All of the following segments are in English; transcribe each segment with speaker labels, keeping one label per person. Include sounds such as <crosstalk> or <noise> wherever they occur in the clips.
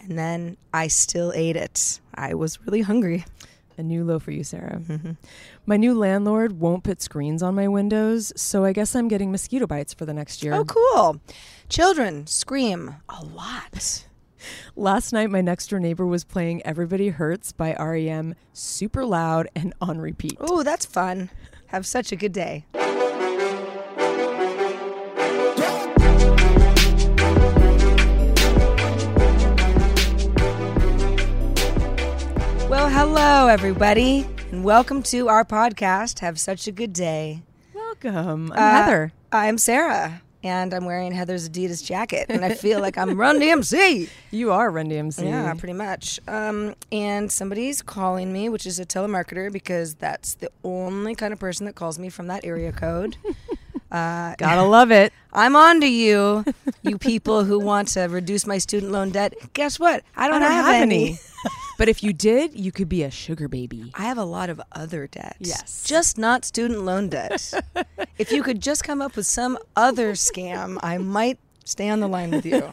Speaker 1: and then I still ate it. I was really hungry.
Speaker 2: A new low for you, Sarah.
Speaker 1: Mm-hmm.
Speaker 2: My new landlord won't put screens on my windows, so I guess I'm getting mosquito bites for the next year.
Speaker 1: Oh, cool. Children scream a lot.
Speaker 2: Last night, my next door neighbor was playing Everybody Hurts by REM super loud and on repeat.
Speaker 1: Oh, that's fun. Have such a good day. Well, hello, everybody, and welcome to our podcast. Have such a good day.
Speaker 2: Welcome. I'm
Speaker 1: Uh,
Speaker 2: Heather.
Speaker 1: I'm Sarah, and I'm wearing Heather's Adidas jacket, and I feel like I'm Run DMC.
Speaker 2: You are Run
Speaker 1: <laughs>
Speaker 2: DMC.
Speaker 1: Yeah, pretty much. Um, and somebody's calling me, which is a telemarketer because that's the only kind of person that calls me from that area <laughs> code. uh,
Speaker 2: Gotta love it.
Speaker 1: I'm on to you, you people who want to reduce my student loan debt. Guess what? I don't, have, any.
Speaker 2: <laughs> but if you did, you could be a sugar baby.
Speaker 1: I have a lot of other debt.
Speaker 2: Yes.
Speaker 1: Just not student loan debt.
Speaker 2: <laughs>
Speaker 1: if you could just come up with some other scam, I might stay on the line with you.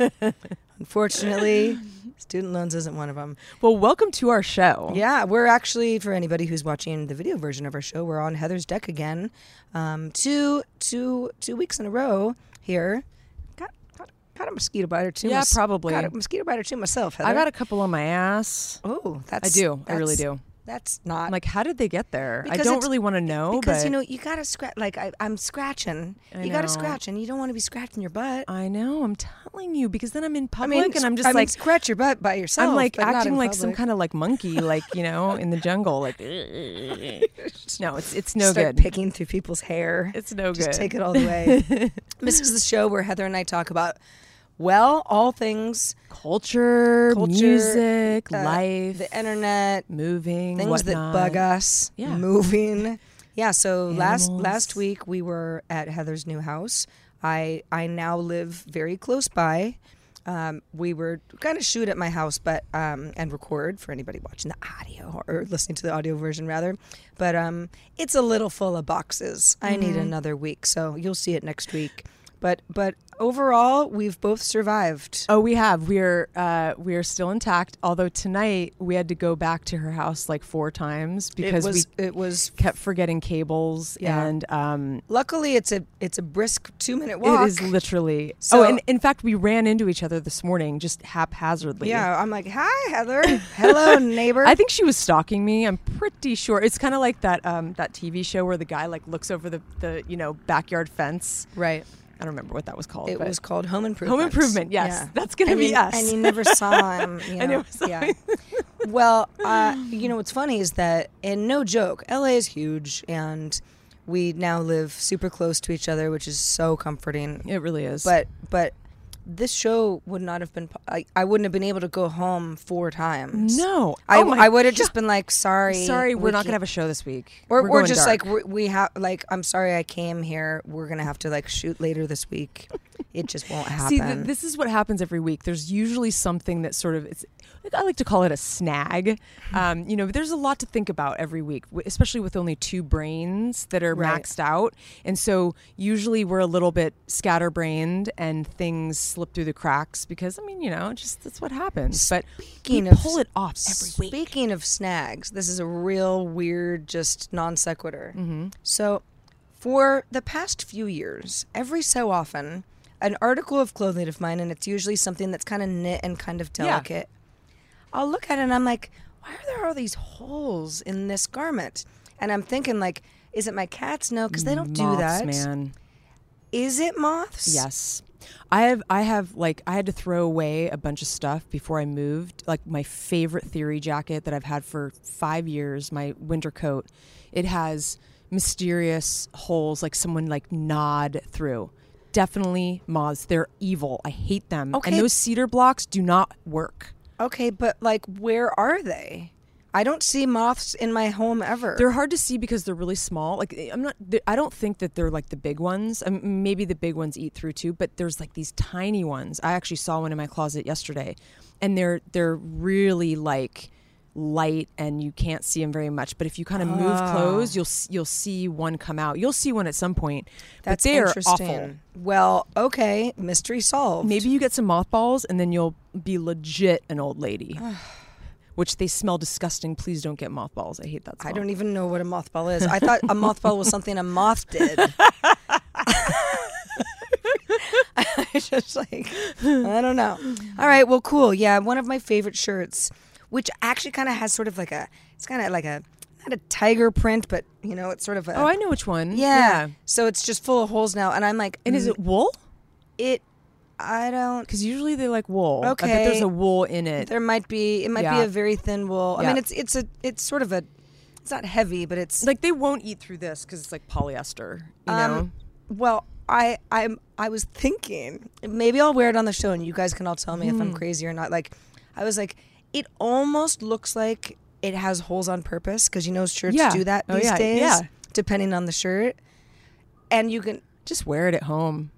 Speaker 1: Unfortunately, student loans isn't one of them.
Speaker 2: Well, welcome to our show.
Speaker 1: Yeah, we're actually for anybody who's watching the video version of our show, we're on Heather's deck again, um, two two two weeks in a row here. Got got, got a mosquito bite or two.
Speaker 2: Yeah, probably.
Speaker 1: Got a mosquito bite or two myself. Heather.
Speaker 2: I got a couple on my ass.
Speaker 1: Oh, that's
Speaker 2: do. I really
Speaker 1: that's-
Speaker 2: do.
Speaker 1: That's not
Speaker 2: I'm like, how did they get there? I
Speaker 1: Because
Speaker 2: don't
Speaker 1: it's-
Speaker 2: really want to know,
Speaker 1: because
Speaker 2: Oh, but
Speaker 1: you know you gotta scratch. Like I, I'm scratching.
Speaker 2: I
Speaker 1: you gotta
Speaker 2: know.
Speaker 1: scratch, and you don't want to be scratching your butt.
Speaker 2: I know. I'm telling you because then I'm in public and I'm
Speaker 1: sc-
Speaker 2: just
Speaker 1: I mean,
Speaker 2: like
Speaker 1: scratch your butt by yourself.
Speaker 2: I'm like
Speaker 1: but not
Speaker 2: acting
Speaker 1: in
Speaker 2: like some
Speaker 1: public.
Speaker 2: kind of like monkey, like you know, in the
Speaker 1: <laughs>
Speaker 2: jungle. Like no, it's it's no
Speaker 1: Start
Speaker 2: good.
Speaker 1: picking through people's hair.
Speaker 2: <laughs> It's no
Speaker 1: Just
Speaker 2: good.
Speaker 1: take it all the way. this is the show where Heather and I talk about, well, all things
Speaker 2: <laughs> Culture,
Speaker 1: culture,
Speaker 2: music,
Speaker 1: uh,
Speaker 2: life,
Speaker 1: the internet,
Speaker 2: moving,
Speaker 1: things
Speaker 2: whatnot.
Speaker 1: that bug us,
Speaker 2: Yeah.
Speaker 1: moving. Yeah. So last
Speaker 2: Animals.
Speaker 1: last week we were at Heather's new house. I I now live very close by. Um, we were going to shoot at my house, but um, and record for anybody watching the audio or listening to the audio version rather. But um, it's a little full of boxes. I
Speaker 2: Mm-hmm.
Speaker 1: need another week, so you'll see it next week. But but overall, we've both survived.
Speaker 2: Oh, we have. We're uh, we're still intact. Although tonight we had to go back to her house like four times because
Speaker 1: it was
Speaker 2: we
Speaker 1: it was
Speaker 2: kept forgetting cables
Speaker 1: Yeah.
Speaker 2: and um,
Speaker 1: luckily it's a it's a brisk two minute walk.
Speaker 2: it is literally.
Speaker 1: So-
Speaker 2: oh, and in fact, we ran into each other this morning just haphazardly.
Speaker 1: Yeah, I'm like, hi, Heather.
Speaker 2: <laughs>
Speaker 1: Hello, neighbor.
Speaker 2: I think she was stalking me. I'm pretty sure. It's kind of like that um, that TV show where the guy like looks over the, the you know backyard fence.
Speaker 1: right.
Speaker 2: I don't remember what that was called.
Speaker 1: It
Speaker 2: but
Speaker 1: was called Home Improvement.
Speaker 2: Home Improvement, yes. That's gonna
Speaker 1: And
Speaker 2: be
Speaker 1: you-
Speaker 2: us.
Speaker 1: And you never
Speaker 2: <laughs>
Speaker 1: saw him. You know?
Speaker 2: I never saw
Speaker 1: yeah.
Speaker 2: him. <laughs>
Speaker 1: well, uh, you know what's funny is that, and no joke, LA is huge, and we now live super close to each other, which is so comforting.
Speaker 2: It really is.
Speaker 1: But but this show would not have been. po- I, I wouldn't have been able to go home four times.
Speaker 2: No.
Speaker 1: I
Speaker 2: Oh my
Speaker 1: I would have
Speaker 2: God.
Speaker 1: just been like, sorry,
Speaker 2: sorry, we're
Speaker 1: we
Speaker 2: not
Speaker 1: can't-
Speaker 2: gonna have a show this week.
Speaker 1: or,
Speaker 2: We're
Speaker 1: or
Speaker 2: going
Speaker 1: just
Speaker 2: dark.
Speaker 1: like we, we have like i'm sorry i came here we're gonna have to like shoot later this week It just won't happen.
Speaker 2: See, th- this is what happens every week. There's usually something that sort of it's. I like to call it a snag. Um, you know, there's a lot to think about every week, w- especially with only two brains that are
Speaker 1: Right.
Speaker 2: maxed out, and so usually we're a little bit scatterbrained and things slip through the cracks because I mean, you know, just that's what happens. But
Speaker 1: Speaking
Speaker 2: we
Speaker 1: of-
Speaker 2: pull it off every week.
Speaker 1: Speaking of snags, this is a real weird, just non sequitur.
Speaker 2: Mm-hmm.
Speaker 1: So, for the past few years, every so often, an article of clothing of mine, and it's usually something that's kind of knit and kind of delicate, I'll look at it and I'm like, why are there all these holes in this garment? And I'm thinking, like, is it my cats? No, because they don't do
Speaker 2: Moths,
Speaker 1: that. Is
Speaker 2: man.
Speaker 1: it moths?
Speaker 2: Yes. I have I have like I had to throw away a bunch of stuff before I moved. Like my favorite theory jacket that I've had for 5 years, my winter coat. It has mysterious holes like someone like gnawed through. Definitely moths. They're evil. I hate them.
Speaker 1: Okay.
Speaker 2: And those cedar blocks do not work.
Speaker 1: Okay, but like, where are they? I don't see moths in my home ever.
Speaker 2: They're hard to see because they're really small. Like eh, I'm not. th- I don't think that they're like the big ones. Um, maybe the big ones eat through too, but there's like these tiny ones. I actually saw one in my closet yesterday, and they're they're really like light and you can't see them very much. But if you kind of move
Speaker 1: Ah.
Speaker 2: close, you'll s- you'll see one come out. You'll see one at some point.
Speaker 1: That's
Speaker 2: but they are
Speaker 1: interesting.
Speaker 2: awful.
Speaker 1: Well, okay, mystery solved.
Speaker 2: Maybe you get some mothballs, and then you'll be legit an old
Speaker 1: <sighs>
Speaker 2: lady. Which they smell disgusting. Please don't get mothballs. I hate that smell.
Speaker 1: I don't even know what a mothball is. I thought a mothball was something a moth
Speaker 2: <laughs>
Speaker 1: did. <laughs> I just like I don't know. All right, well, cool. Yeah, one of my favorite shirts, which actually kind of has sort of like a, it's kind of like a not a tiger print, but you know, it's sort of a
Speaker 2: Oh, I know which one.
Speaker 1: yeah. So it's just full of holes now, and I'm like,
Speaker 2: And is
Speaker 1: mm,
Speaker 2: it wool?
Speaker 1: it? I don't.
Speaker 2: Because usually they like wool. I bet
Speaker 1: Okay.
Speaker 2: there's a wool in it.
Speaker 1: There might be it might
Speaker 2: Yeah.
Speaker 1: be a very thin wool. I
Speaker 2: Yeah.
Speaker 1: mean it's it's a it's sort of a it's not heavy, but it's
Speaker 2: like they won't eat through this because it's like polyester. You know.
Speaker 1: well, I I'm I was thinking maybe I'll wear it on the show and you guys can all tell me if
Speaker 2: Hmm.
Speaker 1: I'm crazy or not. Like I was like it almost looks like it has holes on purpose because you know shirts
Speaker 2: Yeah.
Speaker 1: do that
Speaker 2: Oh,
Speaker 1: these
Speaker 2: yeah,
Speaker 1: days
Speaker 2: yeah.
Speaker 1: depending on the shirt. And you can
Speaker 2: Just wear it at home.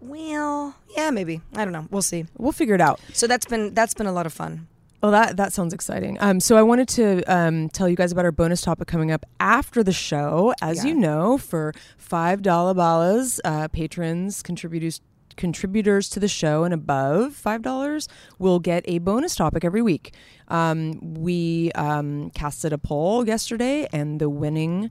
Speaker 1: well, yeah, maybe. I don't know. We'll see.
Speaker 2: We'll figure it out.
Speaker 1: So that's been that's been a lot of fun.
Speaker 2: Well, Oh, that that sounds exciting. Um, so I wanted to um, tell you guys about our bonus topic coming up after the show. As you know, for five dollar balas, uh, patrons, contributors, contributors to the show, and above five dollars will get a bonus topic every week. Um, we um, casted a poll yesterday, and the winning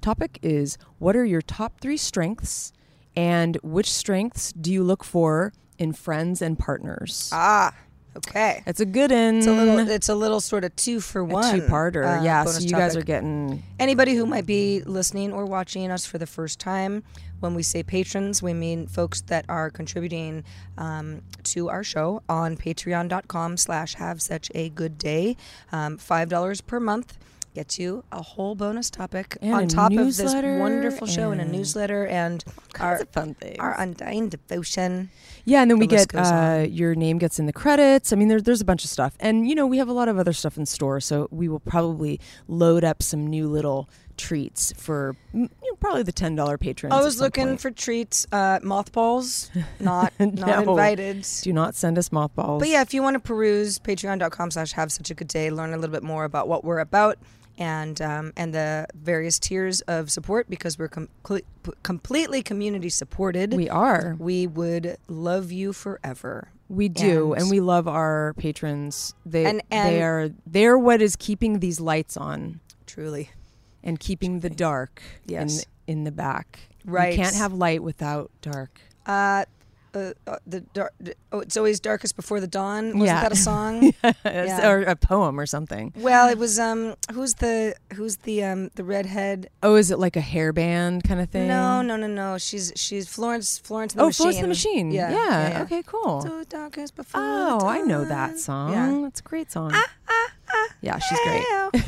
Speaker 2: topic is: What are your top three strengths, and which strengths do you look for in friends and partners?
Speaker 1: Ah, okay.
Speaker 2: That's a good one.
Speaker 1: It's a little. It's a little sort of two for
Speaker 2: Mm. A
Speaker 1: one.
Speaker 2: two-parter.
Speaker 1: uh,
Speaker 2: yeah, so
Speaker 1: bonus
Speaker 2: you guys are
Speaker 1: topic.
Speaker 2: getting
Speaker 1: Anybody who might be listening or watching us for the first time, when we say patrons, we mean folks that are contributing um, to our show on patreon.com slash have such a good day. Um, $5 per month gets you a whole bonus topic
Speaker 2: And
Speaker 1: on
Speaker 2: a
Speaker 1: top of this
Speaker 2: newsletter
Speaker 1: wonderful show and a
Speaker 2: and
Speaker 1: newsletter and our,
Speaker 2: fun things.
Speaker 1: our undying devotion.
Speaker 2: Yeah, and then we
Speaker 1: The list
Speaker 2: get
Speaker 1: goes
Speaker 2: uh, your name gets in the credits. I mean, there, there's a bunch of stuff, and you know we have a lot of other stuff in store, so we will probably load up some new little treats for mm, you know, probably the ten dollar patrons.
Speaker 1: I
Speaker 2: at
Speaker 1: was
Speaker 2: some
Speaker 1: looking
Speaker 2: <laughs> point.
Speaker 1: for treats, uh,
Speaker 2: <laughs>
Speaker 1: mothballs, not, not
Speaker 2: No.
Speaker 1: invited.
Speaker 2: Do not send us mothballs.
Speaker 1: But yeah, if you want to peruse patreon.com slash have such a good day, learn a little bit more about what we're about and um, and the various tiers of support because we're com- cle- p- completely community supported.
Speaker 2: we are.
Speaker 1: We would love you forever.
Speaker 2: We do,
Speaker 1: And-
Speaker 2: and, we love our patrons. They
Speaker 1: And- and-
Speaker 2: they are they're what is keeping these lights on
Speaker 1: Truly.
Speaker 2: and keeping the dark
Speaker 1: Yes.
Speaker 2: in in the back.
Speaker 1: Right.
Speaker 2: you can't have light without dark.
Speaker 1: Uh, uh, uh, the dar- d- oh, it's always darkest before the dawn. Wasn't
Speaker 2: Yeah. <laughs>
Speaker 1: that a song? Yeah.
Speaker 2: or a poem or something.
Speaker 1: Well, it was um. Who's the who's the um the redhead?
Speaker 2: Oh, is it like a hairband kind of thing?
Speaker 1: No, no, no, no. She's she's Florence Florence. and the
Speaker 2: Oh,
Speaker 1: machine.
Speaker 2: Florence and the Machine. Yeah. Okay, cool.
Speaker 1: So darkest before.
Speaker 2: oh,
Speaker 1: the
Speaker 2: I know
Speaker 1: dawn.
Speaker 2: that song.
Speaker 1: Yeah. Ah,
Speaker 2: That's a great song. yeah, she's great. <laughs>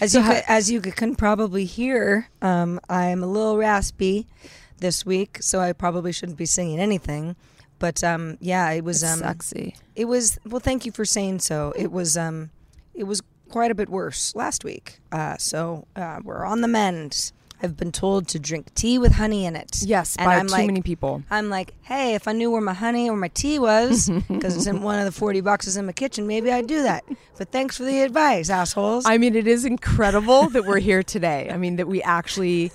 Speaker 1: As you could, as you can probably hear, um, I'm a little raspy this week, so I probably shouldn't be singing anything. But um, yeah, it was um,
Speaker 2: Sexy.
Speaker 1: it was well. Thank you for saying so. It was um, it was quite a bit worse last week. Uh, so uh, we're on the mend. I've been told to drink tea with honey in it.
Speaker 2: Yes,
Speaker 1: and
Speaker 2: by
Speaker 1: I'm
Speaker 2: too
Speaker 1: like,
Speaker 2: many people.
Speaker 1: I'm like, hey, if I knew where my honey or my tea
Speaker 2: <laughs>
Speaker 1: was, because it's in one of the 40 boxes in my kitchen, maybe I'd do that. But thanks for the advice, assholes.
Speaker 2: I mean, it is incredible that we're here today. I mean, that we actually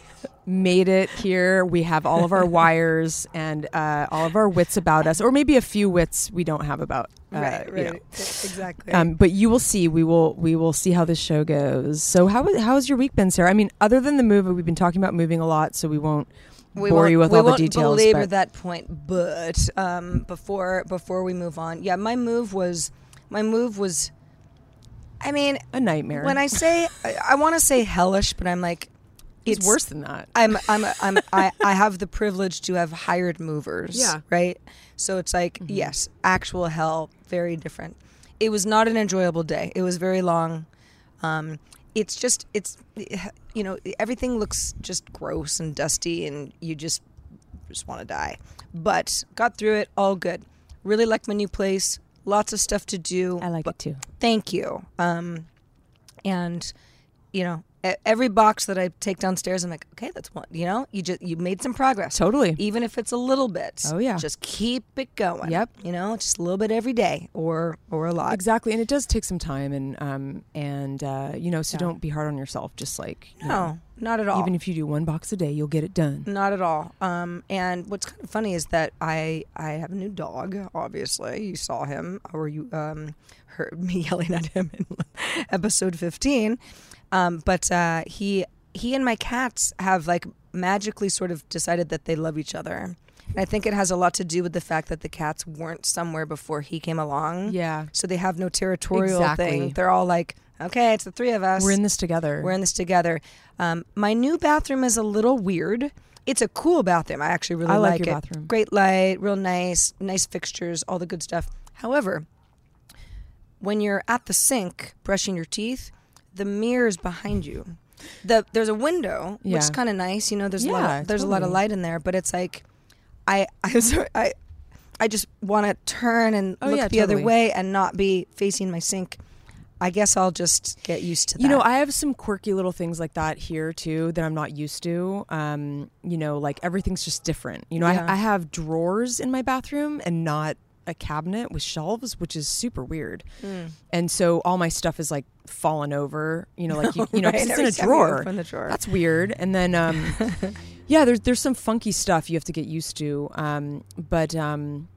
Speaker 2: made it here. We have all
Speaker 1: <laughs>
Speaker 2: of our wires and uh, all of our wits about us, or maybe a few wits we don't have about. Uh,
Speaker 1: right,
Speaker 2: you
Speaker 1: right, E,
Speaker 2: know.
Speaker 1: exactly.
Speaker 2: Um, but you will see. We will. We will see how this show goes. So, how how has your week been, Sarah? I mean, other than the move, we've been talking about moving a lot, so we won't bore
Speaker 1: won't-
Speaker 2: you with
Speaker 1: we
Speaker 2: all the
Speaker 1: won't
Speaker 2: details.
Speaker 1: belabor
Speaker 2: but-
Speaker 1: that point, but um, before before we move on, yeah, my move was my move was. I mean,
Speaker 2: a nightmare.
Speaker 1: when I say I, I want to say hellish, but I'm like,
Speaker 2: it's, worse than that.
Speaker 1: I'm I'm I'm I, I have the privilege to have hired movers.
Speaker 2: Yeah. Mm-hmm.
Speaker 1: Right. So it's like yes, actual hell, very different. It was not an enjoyable day. It was very long. Um, it's just it's you know everything looks just gross and dusty and you just just want to die. But got through it all good. Really like my new place. Lots of stuff to do.
Speaker 2: I like
Speaker 1: but
Speaker 2: it too.
Speaker 1: thank you. Um, and you know, e- every box that I take downstairs, I'm like, okay, that's one. You know, you just you made some progress,
Speaker 2: Totally.
Speaker 1: even if it's a little bit.
Speaker 2: Oh, yeah.
Speaker 1: just keep it going.
Speaker 2: Yep.
Speaker 1: You know, just a little bit every day, or or a lot.
Speaker 2: Exactly, and it does take some time, and um, and uh, you know, so don't be hard on yourself. Just like you know,
Speaker 1: No, not at all.
Speaker 2: even if you do one box a day, you'll get it done.
Speaker 1: Not at all. Um, and what's kind of funny is that I I have a new dog. Obviously, you saw him, or you um, heard me <laughs> yelling at him in episode fifteen. Um, but uh, he he and my cats have like magically sort of decided that they love each other. And I think it has a lot to do with the fact that the cats weren't somewhere before he came along.
Speaker 2: Yeah.
Speaker 1: So they have no territorial
Speaker 2: Exactly.
Speaker 1: thing. They're all like, okay, it's the three of us.
Speaker 2: We're in this together.
Speaker 1: We're in this together. Um, my new bathroom is a little weird. It's a cool bathroom. I actually really
Speaker 2: I like
Speaker 1: like
Speaker 2: your
Speaker 1: it.
Speaker 2: bathroom.
Speaker 1: Great light, real nice, nice fixtures, all the good stuff. However, when you're at the sink brushing your teeth, the mirror is behind you. The there's a window, which is
Speaker 2: Yeah.
Speaker 1: kind of nice. You know, there's a lot
Speaker 2: Yeah,
Speaker 1: of, there's a lot of
Speaker 2: totally.
Speaker 1: light in there, but it's like I <laughs> I'm sorry, I I just want to turn and
Speaker 2: Oh,
Speaker 1: look
Speaker 2: yeah,
Speaker 1: the other
Speaker 2: totally.
Speaker 1: way and not be facing my sink. I guess I'll just get used to that.
Speaker 2: you know, I have some quirky little things like that here too that I'm not used to. Um, you know, like everything's just different. You know,
Speaker 1: Yeah.
Speaker 2: I, I have drawers in my bathroom and not a cabinet with shelves, which is super weird.
Speaker 1: Hmm.
Speaker 2: And so all my stuff is like fallen over. You know,
Speaker 1: <laughs>
Speaker 2: like you, you know, 'cause
Speaker 1: Right,
Speaker 2: it's
Speaker 1: every
Speaker 2: in a
Speaker 1: time you
Speaker 2: drawer.
Speaker 1: open the drawer.
Speaker 2: That's weird. And
Speaker 1: <laughs>
Speaker 2: then, um, yeah, there's there's some funky stuff you have to get used to. Um, but um,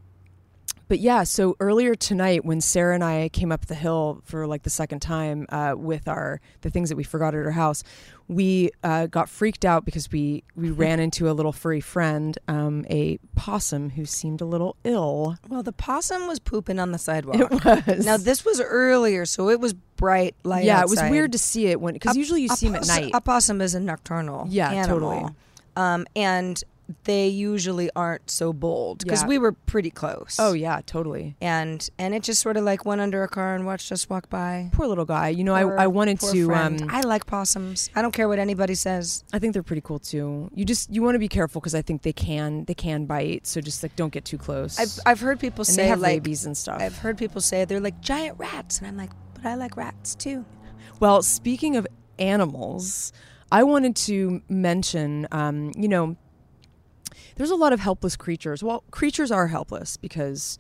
Speaker 2: but yeah, so earlier tonight when Sarah and I came up the hill for like the second time uh, with our the things that we forgot at her house, we uh, got freaked out because we
Speaker 1: <laughs>
Speaker 2: we ran into a little furry friend, um, a possum who seemed a little ill.
Speaker 1: Well, the possum was pooping on the sidewalk. It was. Now this was earlier, so it was bright light.
Speaker 2: yeah, it was
Speaker 1: outside.
Speaker 2: weird to see it when because
Speaker 1: A-
Speaker 2: usually you
Speaker 1: a
Speaker 2: see him at
Speaker 1: possum-
Speaker 2: night.
Speaker 1: A possum is a nocturnal.
Speaker 2: Yeah,
Speaker 1: animal.
Speaker 2: totally.
Speaker 1: Um, and they usually aren't so bold because
Speaker 2: Yeah.
Speaker 1: we were pretty close.
Speaker 2: Oh yeah, totally.
Speaker 1: and and it just sort of like went under a car and watched us walk by.
Speaker 2: Poor little guy. You know,
Speaker 1: Poor-
Speaker 2: I, I wanted
Speaker 1: poor
Speaker 2: to.
Speaker 1: friend.
Speaker 2: Um,
Speaker 1: I like possums. I don't care what anybody says.
Speaker 2: I think they're pretty cool too. You just you want to be careful because I think they can they can bite. So just like don't get too close.
Speaker 1: I've I've heard people
Speaker 2: and
Speaker 1: say
Speaker 2: they have
Speaker 1: like
Speaker 2: rabies and stuff.
Speaker 1: I've heard people say they're like giant rats, and I'm like, but I like rats too.
Speaker 2: Well, speaking of animals, I wanted to mention, um, you know, there's a lot of helpless creatures. Well, creatures are helpless because,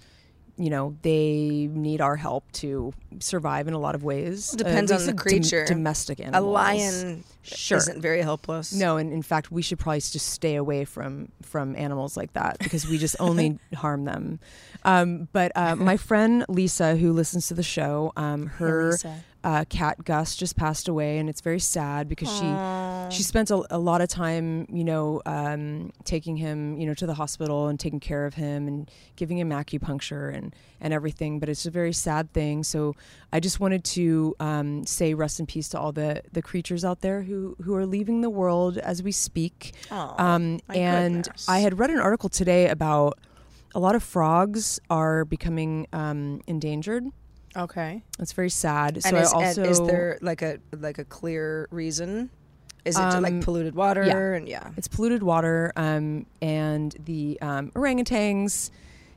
Speaker 2: you know, they need our help to survive in a lot of ways. Uh,
Speaker 1: Depends
Speaker 2: at
Speaker 1: on
Speaker 2: least
Speaker 1: the
Speaker 2: dom-
Speaker 1: creature.
Speaker 2: domestic
Speaker 1: A
Speaker 2: animals.
Speaker 1: lion
Speaker 2: Sure.
Speaker 1: isn't very helpless.
Speaker 2: No, and in fact, we should probably just stay away from from animals like that because we just only harm them. Um, but uh, my friend Lisa, who listens to the show, um, her
Speaker 1: Lisa.
Speaker 2: uh, cat Gus just passed away, and it's very sad because she she spent a, a lot of time, you know, um, taking him, you know, to the hospital and taking care of him and giving him acupuncture and and everything. But it's a very sad thing. So I just wanted to um, say rest in peace to all the the creatures out there who who are leaving the world as we speak. um, and I had read an article today about. A lot of frogs are becoming um, endangered.
Speaker 1: Okay.
Speaker 2: That's very sad.
Speaker 1: And
Speaker 2: so
Speaker 1: is,
Speaker 2: I also
Speaker 1: and is there like a like a clear reason? Is it to, like polluted water
Speaker 2: yeah.
Speaker 1: and Um, yeah.
Speaker 2: it's polluted water, um, and the um, orangutans,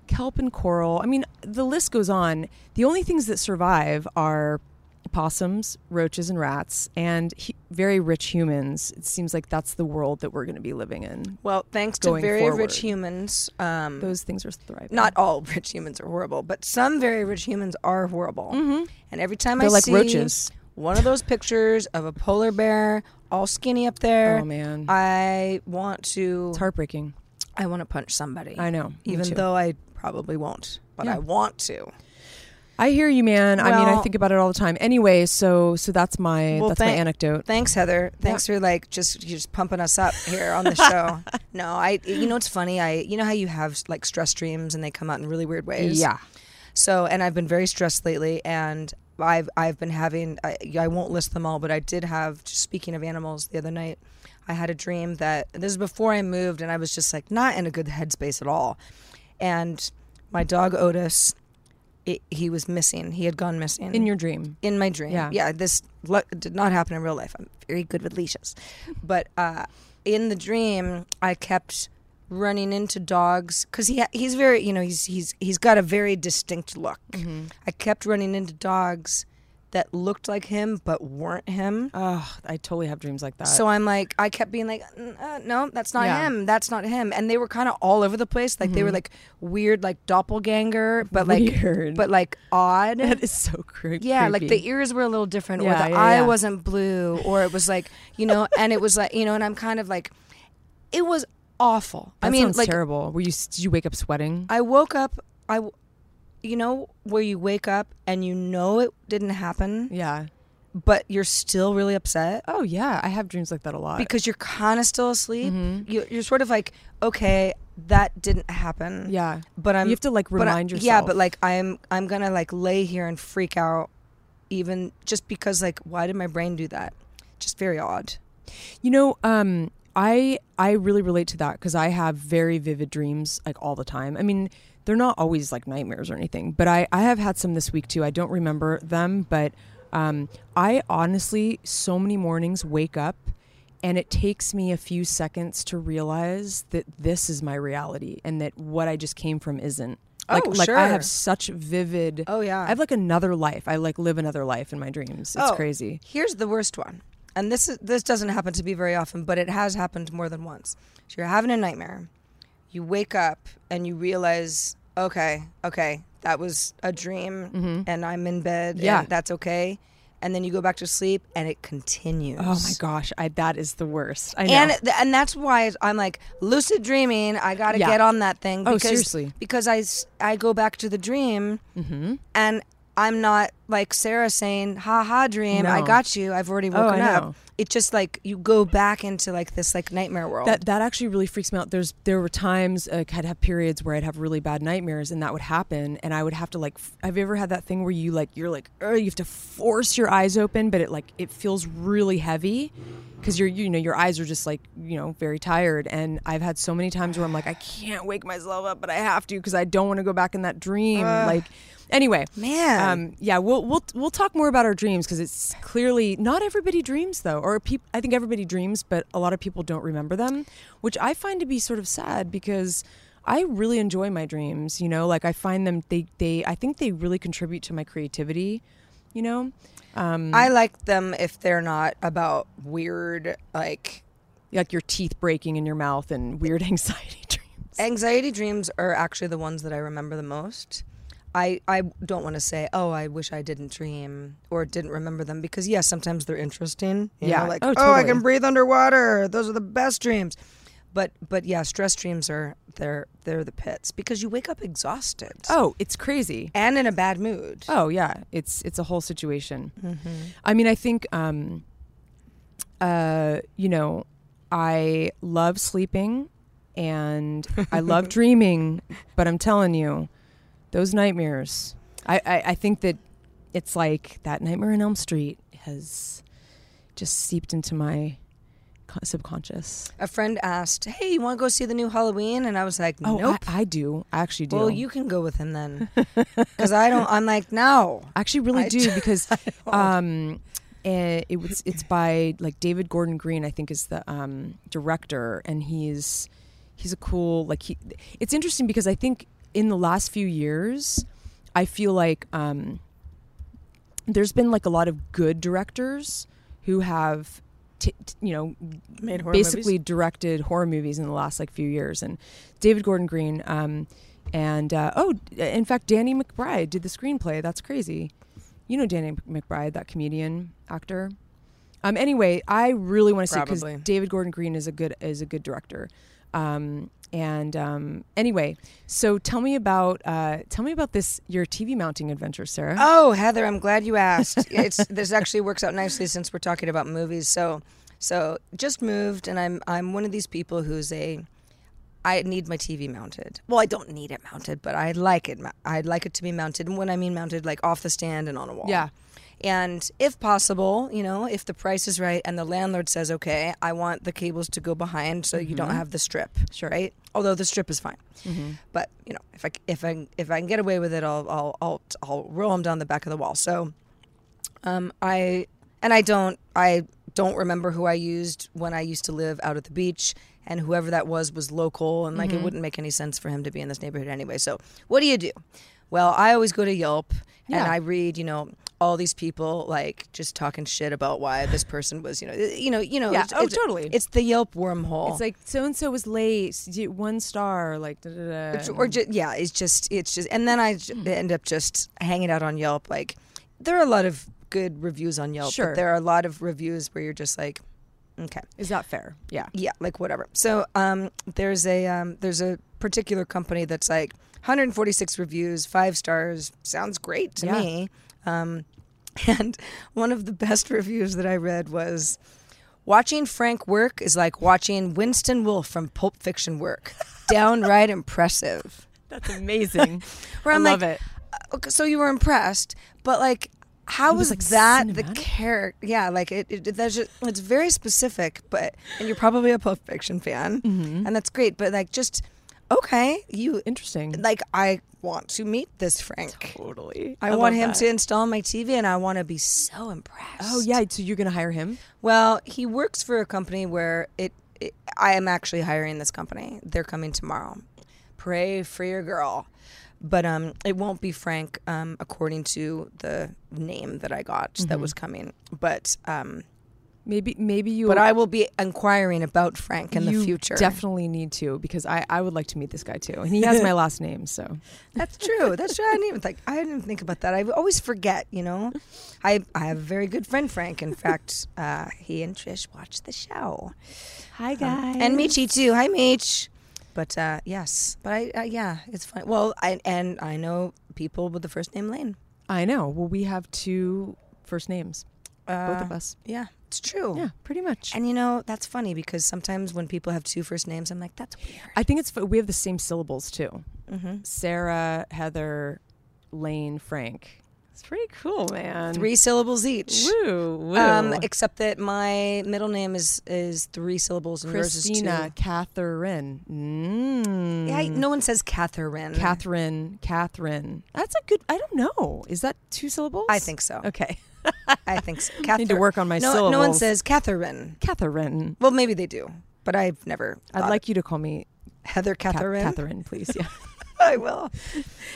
Speaker 2: kelp and coral. I mean, the list goes on. The only things that survive are opossums, roaches, and rats, and hu very rich humans. It seems like that's the world that we're going to be living in.
Speaker 1: Well, thanks to
Speaker 2: Going
Speaker 1: very
Speaker 2: forward.
Speaker 1: rich humans, um,
Speaker 2: Those things are thriving.
Speaker 1: not all <laughs> rich humans are horrible, but some very rich humans are horrible.
Speaker 2: Mm-hmm.
Speaker 1: And every time
Speaker 2: They're
Speaker 1: I
Speaker 2: like
Speaker 1: see
Speaker 2: roaches.
Speaker 1: one of those pictures of a polar bear all skinny up there,
Speaker 2: Oh, man.
Speaker 1: I want to
Speaker 2: It's heartbreaking.
Speaker 1: I want to punch somebody.
Speaker 2: I know, me
Speaker 1: even
Speaker 2: too.
Speaker 1: though I probably won't, but I want to.
Speaker 2: I hear you, man. I mean, I
Speaker 1: Well-
Speaker 2: think about it all the time. Anyway, so so that's my that's my
Speaker 1: thank-
Speaker 2: anecdote.
Speaker 1: Thanks, Heather. Thanks for like just you're just pumping us up here
Speaker 2: <laughs>
Speaker 1: on the show. no, I you know it's funny. I you know how you have like stress dreams and they come out in really weird ways.
Speaker 2: yeah.
Speaker 1: So, and I've been very stressed lately, and I've I've been having I, I won't list them all, but I did have. Just speaking of animals, the other night, I had a dream that this is before I moved, and I was just like not in a good headspace at all, and my dog Otis, it, he was missing. He had gone missing
Speaker 2: In your dream.
Speaker 1: in my dream.
Speaker 2: Yeah.
Speaker 1: Yeah, this lu did not happen in real life. I'm very good with leashes, but uh, in the dream, I kept running into dogs because he ha- he's very you know he's he's he's got a very distinct look.
Speaker 2: Mm-hmm.
Speaker 1: I kept running into dogs that looked like him but weren't him.
Speaker 2: Oh, I totally have dreams like that.
Speaker 1: So I'm like, I kept being like, "Mm, uh, no, that's not
Speaker 2: Yeah. Mm-hmm.
Speaker 1: him. That's not him. And they were kind of all over the place. Like they were like weird, like doppelganger, but like,
Speaker 2: Weird.
Speaker 1: but like odd.
Speaker 2: <laughs> that is so creepy.
Speaker 1: Yeah, like the
Speaker 2: ear.
Speaker 1: ears were a little different,
Speaker 2: Yeah,
Speaker 1: or the
Speaker 2: yeah,
Speaker 1: eye
Speaker 2: yeah.
Speaker 1: wasn't blue, or it was like you know, <laughs> and it was like you know, and I'm kind of like, it was awful.
Speaker 2: That
Speaker 1: I mean,
Speaker 2: sounds
Speaker 1: like
Speaker 2: terrible. Were you s- did you wake up sweating?
Speaker 1: I woke up, I, w- you know, where you wake up and you know it didn't happen,
Speaker 2: yeah.
Speaker 1: but you're still really upset
Speaker 2: Oh yeah, I have dreams like that a lot.
Speaker 1: because you're kind of still asleep.
Speaker 2: Mm-hmm.
Speaker 1: You, you're sort of like, okay, that didn't happen.
Speaker 2: yeah,
Speaker 1: but I'm
Speaker 2: you have to like
Speaker 1: but I-
Speaker 2: remind yourself.
Speaker 1: Yeah, but like I'm I'm gonna like lay here and freak out, even just because like why did my brain do that? Just very odd.
Speaker 2: you know, um, I I really relate to that because I have very vivid dreams like all the time. I mean, they're not always like nightmares or anything, but I I have had some this week too. I don't remember them, but um, I honestly so many mornings wake up. And it takes me a few seconds to realize that this is my reality and that what I just came from isn't. Like,
Speaker 1: Oh,
Speaker 2: like I
Speaker 1: sure.
Speaker 2: have such vivid
Speaker 1: Oh, yeah.
Speaker 2: i have like another life i like live another life in my dreams it's
Speaker 1: Oh,
Speaker 2: crazy
Speaker 1: Here's the worst one, and this is this doesn't happen to me very often, but it has happened more than once. So you're having a nightmare, you wake up and you realize, okay, okay, that was a dream, and I'm in bed. and
Speaker 2: Mm-hmm. Yeah.
Speaker 1: that's okay. And then you go back to sleep, and it continues.
Speaker 2: oh my gosh I, that is the worst i know
Speaker 1: And th- and that's why I'm like lucid dreaming. I got to
Speaker 2: Yeah.
Speaker 1: get on that thing.
Speaker 2: Oh,
Speaker 1: Because,
Speaker 2: seriously. Mm-hmm.
Speaker 1: Because I s- I go back to the dream, and I'm not like Sarah saying, "Ha ha, dream, I
Speaker 2: No. Oh,
Speaker 1: got you. I've already woken
Speaker 2: I
Speaker 1: up."
Speaker 2: know.
Speaker 1: It just like you go back into like this like nightmare world.
Speaker 2: that that actually really freaks me out there's there were times like, i'd have periods where i'd have really bad nightmares and that would happen and i would have to like f- have you ever had that thing where you like you're like oh you have to force your eyes open but it like it feels really heavy because you're you know your eyes are just like you know very tired and i've had so many times where i'm like i can't wake myself up but i have to because i don't want to go back in that dream like anyway
Speaker 1: Man.
Speaker 2: um, yeah, we'll we'll we'll talk more about our dreams because it's clearly not everybody dreams though, or peop- I think everybody dreams, but a lot of people don't remember them, which I find to be sort of sad because I really enjoy my dreams. You know, like I find them they they I think they really contribute to my creativity. You know,
Speaker 1: I like them if they're not about weird like
Speaker 2: like your teeth breaking in your mouth and weird <laughs> anxiety dreams.
Speaker 1: Anxiety dreams are actually the ones that I remember the most. I, I don't want to say, oh, I wish I didn't dream or didn't remember them because, yes, sometimes they're interesting. you know,
Speaker 2: Yeah.
Speaker 1: like,
Speaker 2: Oh,
Speaker 1: oh, I
Speaker 2: totally.
Speaker 1: can breathe underwater. Those are the best dreams. But, but yeah, stress dreams are, they're, they're the pits because you wake up exhausted
Speaker 2: Oh, it's crazy.
Speaker 1: and in a bad mood.
Speaker 2: Oh yeah, it's it's a whole situation.
Speaker 1: Mm-hmm.
Speaker 2: I mean, I think um, uh, you know, I love sleeping and
Speaker 1: <laughs>
Speaker 2: I love dreaming, but I'm telling you, those nightmares. I, I I think that it's like that nightmare in Elm Street has just seeped into my co- subconscious.
Speaker 1: A friend asked, hey, you want to go see the new Halloween? And I was like,
Speaker 2: Oh,
Speaker 1: nope.
Speaker 2: I, I do. I actually do.
Speaker 1: well, you can go with him then.
Speaker 2: <laughs>
Speaker 1: Because I don't, I'm like, no.
Speaker 2: I actually really
Speaker 1: <laughs> I
Speaker 2: do because um eh, it was it's by like David Gordon Green I think is the um director and he's he's a cool like he it's interesting because I think in the last few years I feel like um there's been like a lot of good directors who have t- t- you know
Speaker 1: Made horror
Speaker 2: basically directed horror movies in the last like few years and david gordon green um, and uh, oh in fact danny mcbride did the screenplay that's crazy you know danny mcbride that comedian actor um, anyway i really want to see because
Speaker 1: Probably.
Speaker 2: david gordon green is a good is a good director um, and um, anyway so tell me about uh, tell me about this your tv mounting adventure sarah
Speaker 1: Oh, Heather, I'm glad you asked. It's this actually works out nicely since we're talking about movies. So, so just moved, and I'm I'm one of these people who's a I need my TV mounted. Well, I don't need it mounted, but I like it. mou- I'd like it to be mounted, and when I mean mounted, like off the stand and on a wall.
Speaker 2: Yeah.
Speaker 1: And if possible, you know, if the price is right and the landlord says, okay, I want the cables to go behind so you don't have the strip, Mm-hmm. sure. Mm-hmm. right? Although the strip is fine. But, you know, if I, c- if, I, if I can get away with it, I'll, I'll, I'll, I'll roll them down the back of the wall. So um, I and I don't I don't remember who I used when I used to live out at the beach and whoever that was was local and
Speaker 2: Mm-hmm.
Speaker 1: like it wouldn't make any sense for him to be in this neighborhood anyway. So what do you do? Well, I always go to Yelp and I read, you know, all these people like just talking shit about why this person was, you know, you know, you know,
Speaker 2: Yeah.
Speaker 1: it's,
Speaker 2: Oh,
Speaker 1: it's-
Speaker 2: totally.
Speaker 1: It's the Yelp wormhole.
Speaker 2: It's like so and so was late. s- y- One star, like da da da.
Speaker 1: Ju- or ju- yeah, it's just it's just, and then I j-
Speaker 2: Mm-hmm.
Speaker 1: end up just hanging out on Yelp. Like there are a lot of good reviews on Yelp,
Speaker 2: Sure.
Speaker 1: but there are a lot of reviews where you're just like, okay,
Speaker 2: Is that fair? Yeah.
Speaker 1: yeah, like whatever. So um, there's a um, there's a particular company that's like 146 reviews, five stars, sounds great to
Speaker 2: Yeah.
Speaker 1: me. Um, <laughs> and one of the best reviews that I read was. Watching Frank work is like watching Winston Wolfe from Pulp Fiction
Speaker 2: <laughs>
Speaker 1: work. Downright impressive.
Speaker 2: That's amazing.
Speaker 1: <laughs> Where
Speaker 2: I
Speaker 1: I'm
Speaker 2: love
Speaker 1: like, uh,
Speaker 2: it.
Speaker 1: okay, so you were impressed, but like, how was,
Speaker 2: like,
Speaker 1: that the
Speaker 2: cinematic.
Speaker 1: character? Yeah, like it, it that's just, it's very specific, but and you're probably a Pulp Fiction fan,
Speaker 2: Mm-hmm.
Speaker 1: and that's great. But like, just okay, you
Speaker 2: Interesting.
Speaker 1: like I want to meet this Frank.
Speaker 2: Totally.
Speaker 1: I, want him to install my TV, and I want to be so impressed.
Speaker 2: Oh yeah. So you're gonna hire him?
Speaker 1: Well, he works for a company where it, it. I am actually hiring this company. They're coming tomorrow. Pray for your girl, but um, it won't be Frank, um, according to the name that I got
Speaker 2: Mm-hmm.
Speaker 1: that was coming. But um,
Speaker 2: Maybe maybe you.
Speaker 1: but I will be inquiring about Frank in
Speaker 2: you
Speaker 1: the future.
Speaker 2: Definitely need to because I I would like to meet this guy too, and he
Speaker 1: <laughs>
Speaker 2: has my last name. So
Speaker 1: That's true. That's true. I didn't even think. I didn't even think about that. I always forget. You know, I I have a very good friend Frank. In fact, uh, he and Trish watch the show. Um,
Speaker 2: hi guys.
Speaker 1: and Michi too. Hi, Meech. But uh, yes, but I uh, yeah, it's fine. Well, I, and I know people with the first name Lane.
Speaker 2: I know. Well, we have two first names,
Speaker 1: Uh,
Speaker 2: both of us.
Speaker 1: Yeah, it's true.
Speaker 2: Yeah, pretty much.
Speaker 1: And you know that's funny because sometimes when people have two first names, I'm like, that's weird.
Speaker 2: I think it's fu- we have the same syllables too.
Speaker 1: Mm-hmm.
Speaker 2: Sarah, Heather, Lane, Frank. It's pretty cool, man.
Speaker 1: Three syllables each.
Speaker 2: Um, Woo, woo.
Speaker 1: Um, except that my middle name is is three syllables and yours
Speaker 2: Christina,
Speaker 1: is
Speaker 2: Catherine. Mm.
Speaker 1: two. Yeah, no one says Catherine.
Speaker 2: Catherine, Catherine. That's a good. I don't know. Is that two syllables?
Speaker 1: I think so.
Speaker 2: Okay.
Speaker 1: <laughs>
Speaker 2: <laughs>
Speaker 1: I think so.
Speaker 2: Need to
Speaker 1: Cather-
Speaker 2: work on my
Speaker 1: no, No one
Speaker 2: syllables.
Speaker 1: says Catherine.
Speaker 2: Catherine.
Speaker 1: Well, maybe they do, but I've never.
Speaker 2: I'd
Speaker 1: thought
Speaker 2: like you to call me
Speaker 1: it. Heather
Speaker 2: Ca-
Speaker 1: Catherine.
Speaker 2: Catherine, please. Yeah.
Speaker 1: <laughs> I will.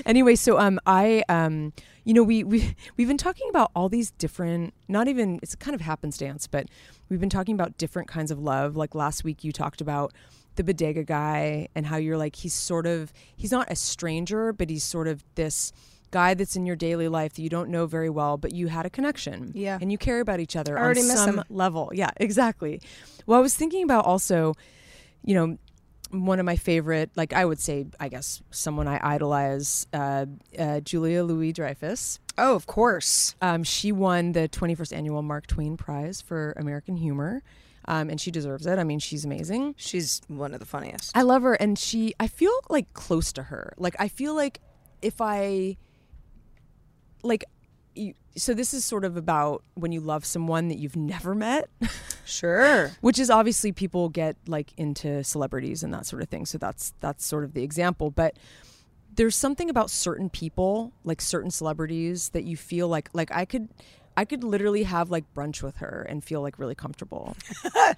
Speaker 2: anyway, so um, I um, you know, we we we've been talking about all these different, not even it's kind of happenstance, but we've been talking about different kinds of love. Like last week, you talked about the bodega guy and how you're like he's sort of he's not a stranger, but he's sort of this guy that's in your daily life that you don't know very well, but you had a connection,
Speaker 1: Yeah.
Speaker 2: and you care about each other
Speaker 1: I already
Speaker 2: on
Speaker 1: miss
Speaker 2: some
Speaker 1: him.
Speaker 2: level. Yeah, exactly. Well, I was thinking about also, you know, one of my favorite, like I would say, I guess someone I idolize, uh, uh, Julia Louis Dreyfus.
Speaker 1: Oh, of course.
Speaker 2: Um, she won the 21st annual Mark Twain Prize for American Humor, um, and she deserves it. I mean, she's amazing.
Speaker 1: She's one of the funniest.
Speaker 2: I love her, and she. I feel like close to her. Like I feel like if I, like, you, so this is sort of about when you love someone that you've never met.
Speaker 1: Sure.
Speaker 2: which is obviously people get like into celebrities and that sort of thing so that's that's sort of the example but there's something about certain people like certain celebrities that you feel like like i could i could literally have like brunch with her and feel like
Speaker 1: <laughs>
Speaker 2: really comfortable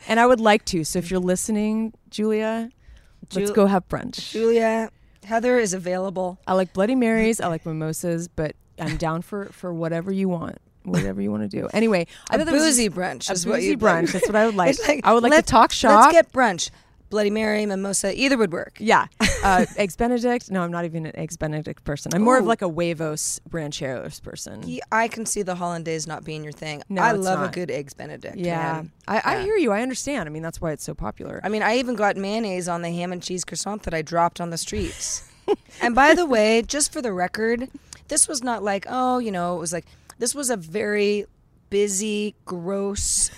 Speaker 2: and i would like to so if you're listening julia let's
Speaker 1: Ju-
Speaker 2: go have brunch
Speaker 1: Julia, Heather is available.
Speaker 2: i like bloody marys i like mimosas but i'm down for for whatever you want whatever you want to do. Anyway, I
Speaker 1: A
Speaker 2: thought that was just-
Speaker 1: boozy brunch
Speaker 2: a
Speaker 1: is what
Speaker 2: boozy
Speaker 1: you <laughs>
Speaker 2: brunch. That's what I would like.
Speaker 1: It's
Speaker 2: I would like to
Speaker 1: let's-
Speaker 2: talk shop.
Speaker 1: Let's get brunch. Bloody Mary, mimosa, either would work.
Speaker 2: <laughs> Yeah, uh, eggs Benedict. No, I'm not even an eggs Benedict person. I'm more of
Speaker 1: Ooh.
Speaker 2: like a huevos rancheros person.
Speaker 1: Ye- I can see the hollandaise not being your thing.
Speaker 2: No,
Speaker 1: I
Speaker 2: it's
Speaker 1: love
Speaker 2: not.
Speaker 1: a good eggs benedict.
Speaker 2: yeah,
Speaker 1: man.
Speaker 2: I, I hear you. I understand. I mean, that's why it's so popular.
Speaker 1: I mean, I even got mayonnaise on the ham and cheese croissant that I dropped on the streets. <laughs> and by the way, just for the record, this was not like, oh, you know, it was like, this was a very busy, gross,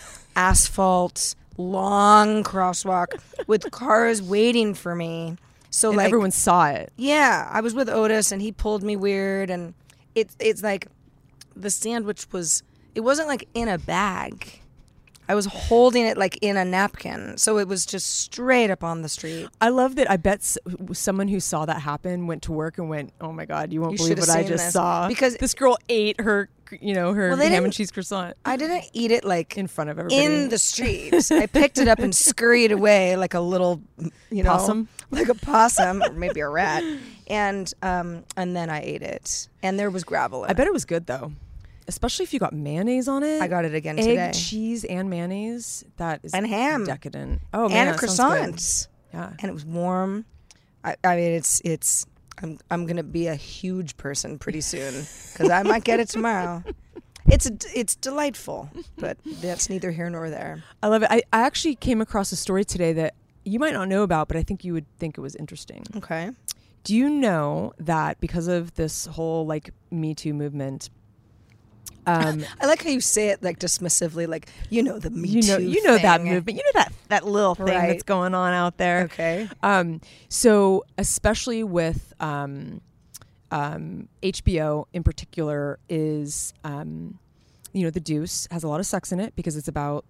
Speaker 1: asphalt, long crosswalk with cars waiting for me. So,
Speaker 2: and
Speaker 1: like,
Speaker 2: everyone saw it.
Speaker 1: yeah, I was with Otis and he pulled me weird. And it, it's like the sandwich was, it wasn't like in a bag. I was holding it like in a napkin. So it was just straight up on the street.
Speaker 2: I love that. I bet s- w- someone who saw that happen went to work and went, "Oh my god, you won't
Speaker 1: You
Speaker 2: believe
Speaker 1: should've
Speaker 2: what I
Speaker 1: seen
Speaker 2: just
Speaker 1: this."
Speaker 2: saw."
Speaker 1: Because-
Speaker 2: this girl ate her, c- you know, her
Speaker 1: Well, they
Speaker 2: ham and
Speaker 1: didn't-
Speaker 2: cheese croissant
Speaker 1: I didn't eat it like
Speaker 2: in front of everybody.
Speaker 1: in the street. I picked it up and scurried away like a little, you know,
Speaker 2: Possum?
Speaker 1: like a possum or maybe a rat. And um, and then I ate it. And there was gravel. In
Speaker 2: I bet it was good though, especially if you got mayonnaise on it.
Speaker 1: I got it again
Speaker 2: Egg,
Speaker 1: today.
Speaker 2: cheese, and mayonnaise. That is
Speaker 1: And ham.
Speaker 2: decadent. Oh man,
Speaker 1: and a
Speaker 2: that sounds good.
Speaker 1: croissant.
Speaker 2: Yeah.
Speaker 1: and it was warm. I, I mean, it's it's. I'm I'm gonna be a huge person pretty soon because I might get it tomorrow. It's a, it's delightful, but that's neither here nor there.
Speaker 2: I love it. I, I actually came across a story today that you might not know about, but I think you would think it was interesting.
Speaker 1: Okay.
Speaker 2: Do you know that because of this whole like Me Too movement, um,
Speaker 1: I like how you say it like dismissively, like you know the <laughs> me
Speaker 2: you know,
Speaker 1: Too
Speaker 2: you know that
Speaker 1: thing.
Speaker 2: movement, you know that that little thing that's
Speaker 1: Right.
Speaker 2: going on out there.
Speaker 1: Okay.
Speaker 2: Um, so especially with um, um, HBO in particular is um, you know the Deuce has a lot of sex in it because it's about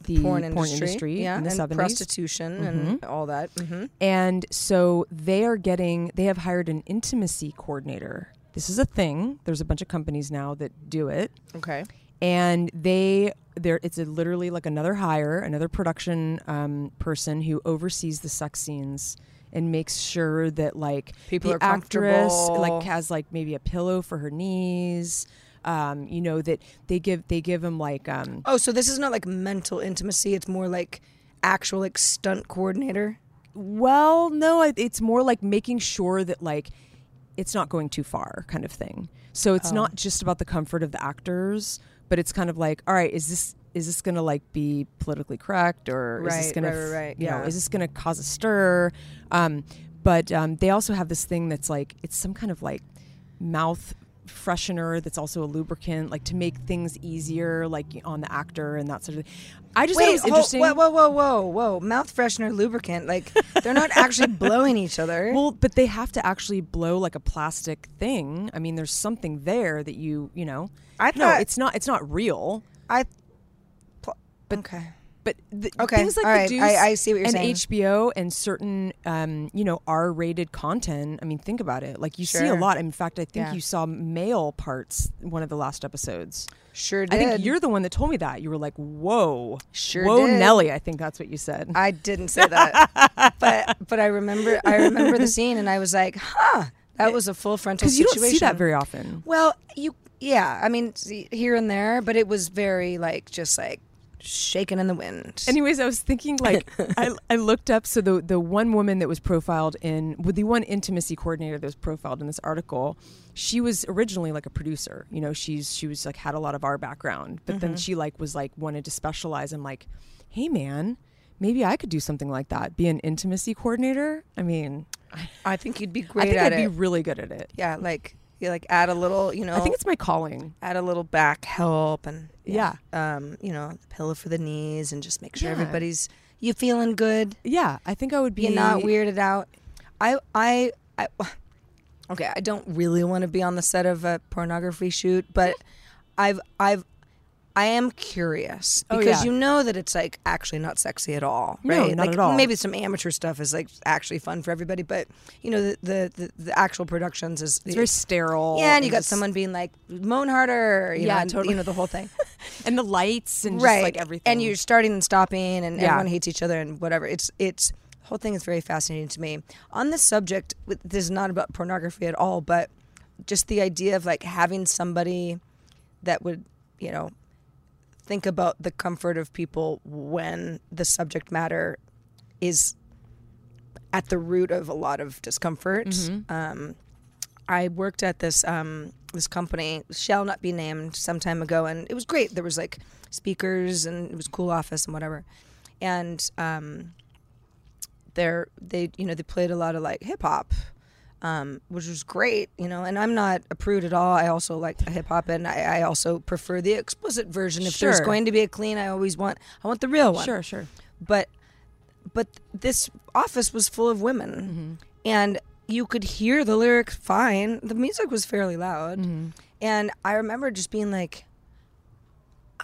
Speaker 2: the
Speaker 1: Porn industry, yeah,
Speaker 2: in the
Speaker 1: and
Speaker 2: 70s.
Speaker 1: prostitution and all that. Mm-hmm.
Speaker 2: And so they are getting, they have hired an intimacy coordinator. This is a thing. There's a bunch of companies now that do it.
Speaker 1: Okay.
Speaker 2: And they, there, it's a literally like another hire, another production um, person who oversees the sex scenes and makes sure that like
Speaker 1: People
Speaker 2: the
Speaker 1: are
Speaker 2: actress like
Speaker 1: comfortable.
Speaker 2: has like maybe a pillow for her knees. Um, you know that they give they give him like um,
Speaker 1: Oh, so this is not like mental intimacy; it's more like actual like stunt coordinator.
Speaker 2: Well, no, I- it's more like making sure that like it's not going too far kind of thing. So
Speaker 1: Oh.
Speaker 2: it's not just about the comfort of the actors, but it's kind of like, all right, is this is this going to like be politically correct or is this
Speaker 1: Right,
Speaker 2: going
Speaker 1: right, right, right,
Speaker 2: you know,
Speaker 1: yeah.
Speaker 2: is this going to cause a stir? Um, but um, they also have this thing that's like it's some kind of like mouth freshener that's also a lubricant like to make things easier like on the actor and that sort of thing. I just thought it was
Speaker 1: ho-
Speaker 2: interesting.
Speaker 1: Whoa, whoa, whoa, whoa, whoa! Mouth freshener, lubricant. Like they're not
Speaker 2: <laughs>
Speaker 1: actually blowing each other.
Speaker 2: Well, but they have to actually blow like a plastic thing. I mean, there's something there that you, you know.
Speaker 1: I
Speaker 2: no,
Speaker 1: thought-
Speaker 2: it's not. It's not real.
Speaker 1: I. Pl- okay.
Speaker 2: But the,
Speaker 1: Okay,
Speaker 2: things like
Speaker 1: all
Speaker 2: the
Speaker 1: right,
Speaker 2: Deuce
Speaker 1: I- I see what you're
Speaker 2: and
Speaker 1: saying.
Speaker 2: HBO and certain, um, you know, R-rated content. I mean, think about it. Like you see a
Speaker 1: Sure.
Speaker 2: lot. In fact, I think
Speaker 1: Yeah.
Speaker 2: you saw male parts in one of the last episodes.
Speaker 1: Sure
Speaker 2: I
Speaker 1: did.
Speaker 2: think you're the one that told me that. You were like, "Whoa,
Speaker 1: Sure
Speaker 2: whoa,
Speaker 1: did.
Speaker 2: Nelly." I think that's what you said.
Speaker 1: I didn't say
Speaker 2: <laughs>
Speaker 1: that, but but I remember I remember the scene, and I was like, huh, that was a full frontal
Speaker 2: Because you
Speaker 1: situation.
Speaker 2: don't see that very often.
Speaker 1: well. You yeah, I mean see, here and there, but it was very like just like shaken in the wind.
Speaker 2: <laughs> Anyways, I was thinking like <laughs> I, I looked up so the the one woman that was profiled in with the one intimacy coordinator that was profiled in this article, she was originally like a producer. You know, she's she was like had a lot of our background, but then she like was like wanted to specialize. I'm like, hey man, maybe I could do something like that. Be an intimacy coordinator. I mean,
Speaker 1: I think you'd be
Speaker 2: I
Speaker 1: great
Speaker 2: think
Speaker 1: at
Speaker 2: I'd
Speaker 1: it.
Speaker 2: be really good at it.
Speaker 1: yeah, like you like add a little, you know.
Speaker 2: I think it's my calling.
Speaker 1: add a little back help and um, you know, pillow for the knees and just make sure
Speaker 2: Yeah.
Speaker 1: everybody's you feeling good,
Speaker 2: Yeah, I think I would be
Speaker 1: you're not weirded out. I I I <sighs> okay, I don't really want to be on the set of a pornography shoot, but I've I've I am curious
Speaker 2: Oh,
Speaker 1: because
Speaker 2: yeah.
Speaker 1: you know that it's like actually not sexy at all,
Speaker 2: No,
Speaker 1: right?
Speaker 2: not
Speaker 1: like
Speaker 2: at all.
Speaker 1: maybe some amateur stuff is like actually fun for everybody, but you know the the the, the actual productions is
Speaker 2: It's very sterile.
Speaker 1: yeah, and you got
Speaker 2: just-
Speaker 1: someone being like, moan harder. You
Speaker 2: Yeah,
Speaker 1: know, and,
Speaker 2: totally.
Speaker 1: You know, the whole
Speaker 2: <laughs>
Speaker 1: thing.
Speaker 2: and the lights and
Speaker 1: right.
Speaker 2: just like everything.
Speaker 1: And you're starting and stopping, and
Speaker 2: Yeah.
Speaker 1: everyone hates each other and whatever. It's, it's, the whole thing is very fascinating to me. On this subject, with- this is not about pornography at all, but just the idea of like having somebody that would you know, think about the comfort of people when the subject matter is at the root of a lot of discomfort.
Speaker 2: Mm-hmm.
Speaker 1: Um, I worked at this um, this company, shall not be named, some time ago, and it was great. There was like speakers, and it was a cool office and whatever. And um, there, they you know they played a lot of like hip hop, um, which was great, you know. And I'm not a prude at all. I also like hip hop, and I, I also prefer the explicit version. If there's
Speaker 2: Sure.
Speaker 1: going to be a clean, I always want I want the real one
Speaker 2: Sure, sure.
Speaker 1: but but this office was full of women
Speaker 2: Mm-hmm.
Speaker 1: and you could hear the lyrics fine the music was fairly loud
Speaker 2: Mm-hmm.
Speaker 1: and i remember just being like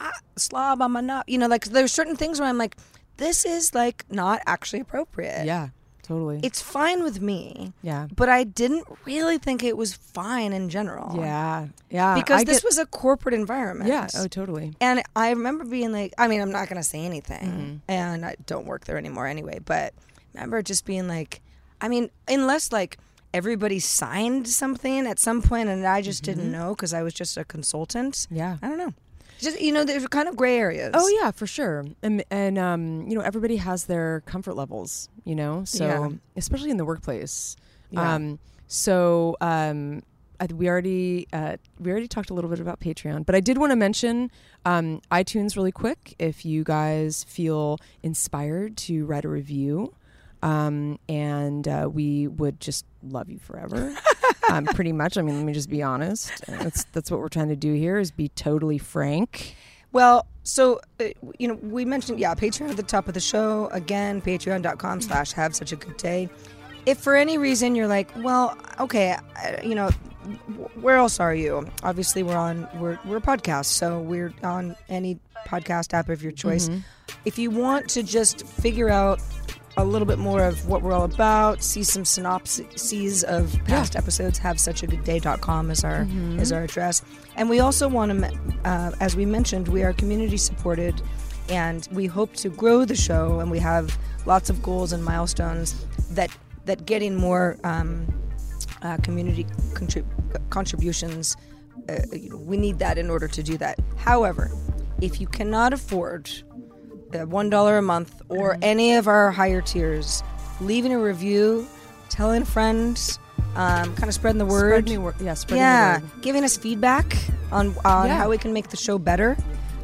Speaker 1: ah, slob i'm a knob you know like there's certain things where i'm like this is like not actually appropriate
Speaker 2: Yeah, totally.
Speaker 1: Eh, it's fine with me
Speaker 2: Yeah.
Speaker 1: but i didn't really think it was fine in general
Speaker 2: yeah, yeah.
Speaker 1: because
Speaker 2: I
Speaker 1: this
Speaker 2: get-
Speaker 1: was a corporate environment
Speaker 2: Yeah. Oh, totally.
Speaker 1: and I remember being like, I mean, I'm not going to say anything.
Speaker 2: Mm-hmm.
Speaker 1: And I don't work there anymore anyway. But I remember just being like, I mean, unless like everybody signed something at some point and I just
Speaker 2: Mm-hmm.
Speaker 1: didn't know because I was just a consultant.
Speaker 2: Yeah.
Speaker 1: I don't know. Just, you know, there's kind of gray areas.
Speaker 2: Oh yeah, for sure. And and um, you know, everybody has their comfort levels, you know. So
Speaker 1: Yeah.
Speaker 2: especially in the workplace.
Speaker 1: Yeah.
Speaker 2: Um so um I, th- we already uh, we already talked a little bit about Patreon, but I did want to mention um, iTunes really quick. If you guys feel inspired to write a review, um, and uh, we would just love you forever. um, pretty much. I mean, let me just be honest. That's that's what we're trying to do here is be totally frank.
Speaker 1: Well, so, uh, you know, we mentioned, yeah, Patreon at the top of the show. Again, patreon.com slash have such a good day. If for any reason you're like, well, okay, I- you know, w- where else are you? Obviously, we're on, we're, we're a podcast, so we're on any podcast app of your choice. If you want to just figure out a little bit more of what we're all about, see some synopses of past episodes, have such a good day.com is our, is our address. And we also want to, uh, as we mentioned, we are community supported and we hope to grow the show and we have lots of goals and milestones that, that getting more, um, uh, community contrib- contributions. Uh, you know, we need that in order to do that. However, if you cannot afford uh, one dollar a month or any of our higher tiers, leaving a review, telling friends, um, kind of spreading the word,
Speaker 2: Spreading the wor- yeah, spreading the
Speaker 1: yeah,
Speaker 2: word.
Speaker 1: giving us feedback on on
Speaker 2: Yeah.
Speaker 1: how we can make the show better.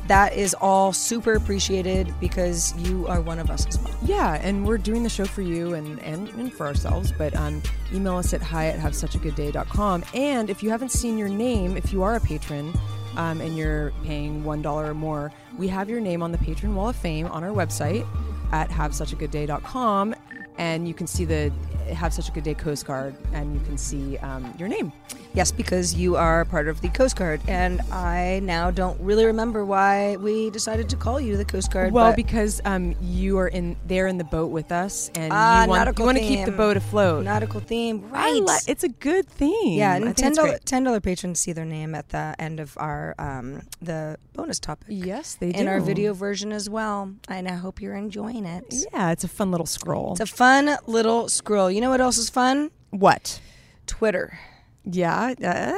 Speaker 1: That is all super appreciated because you are one of us as well.
Speaker 2: Yeah, and we're doing the show for you and, and, and for ourselves, but um, email us at hi at have such a good day.com. And if you haven't seen your name, if you are a patron um, and you're paying $1 or more, we have your name on the patron wall of fame on our website at have such a good day.com. And you can see the Have Such a Good Day Coast Guard and you can see um, your name.
Speaker 1: Yes, because you are part of the Coast Guard, and I now don't really remember why we decided to call you the Coast Guard.
Speaker 2: Well,
Speaker 1: but
Speaker 2: because um, you are in there in the boat with us and
Speaker 1: Ah,
Speaker 2: you want,
Speaker 1: nautical
Speaker 2: you want to keep the
Speaker 1: theme.
Speaker 2: boat afloat.
Speaker 1: nautical theme,
Speaker 2: I
Speaker 1: right?
Speaker 2: li- it's a good theme.
Speaker 1: yeah,
Speaker 2: I
Speaker 1: and
Speaker 2: think
Speaker 1: ten
Speaker 2: it's great.
Speaker 1: dollar ten dollar patrons see their name at the end of our um, the bonus topic.
Speaker 2: Yes, they do.
Speaker 1: in our video version as well, and I hope you're enjoying it.
Speaker 2: Yeah, it's a fun little scroll.
Speaker 1: It's a fun little scroll. You know what else is fun?
Speaker 2: what?
Speaker 1: Twitter.
Speaker 2: Yeah. uh,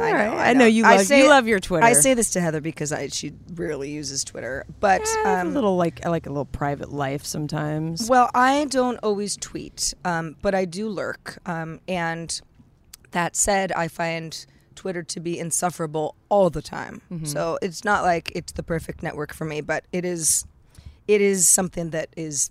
Speaker 2: all
Speaker 1: uh, I know,
Speaker 2: right.
Speaker 1: I
Speaker 2: I know
Speaker 1: know.
Speaker 2: you
Speaker 1: I
Speaker 2: love
Speaker 1: say-
Speaker 2: you love your Twitter.
Speaker 1: I say this to Heather because I, she rarely uses Twitter, but
Speaker 2: Eh, I have
Speaker 1: um,
Speaker 2: a little like I like a little private life sometimes.
Speaker 1: Well, I don't always tweet, um, but I do lurk. Um, and that said, I find Twitter to be insufferable all the time. So it's not like it's the perfect network for me, but it is. It is something that is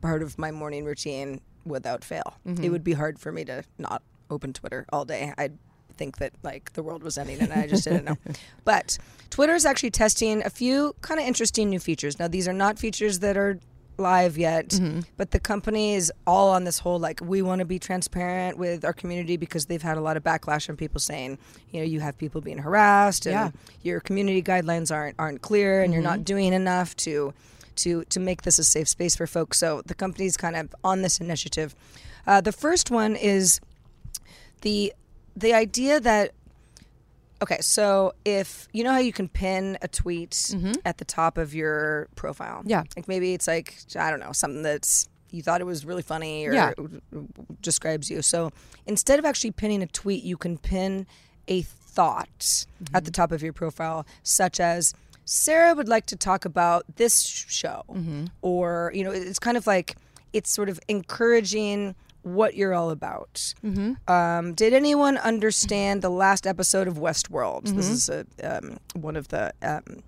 Speaker 1: part of my morning routine without fail. It would be hard for me to not open Twitter all day. I'd think that like the world was ending and I just didn't know. But Twitter is actually testing a few kind of interesting new features. Now these are not features that are live yet, but the company is all on this whole like we want to be transparent with our community because they've had a lot of backlash from people saying, you know, you have people being harassed and
Speaker 2: Yeah. Mm-hmm.
Speaker 1: your community guidelines aren't aren't clear and you're not doing enough to to to make this a safe space for folks. So the company's kind of on this initiative. Uh, the first one is the the idea that okay, so if you know how you can pin a tweet at the top of your profile,
Speaker 2: Mm-hmm. Yeah.
Speaker 1: like maybe it's like I don't know something that's you thought it was really funny or
Speaker 2: Yeah.
Speaker 1: describes you. So instead of actually pinning a tweet, you can pin a thought at the top of your profile, such as Sarah would like to talk about this sh- show, or you know, it- it's kind of like it's sort of encouraging what you're all about. Um, did anyone understand the last episode of Westworld? This is a, um, one of the um,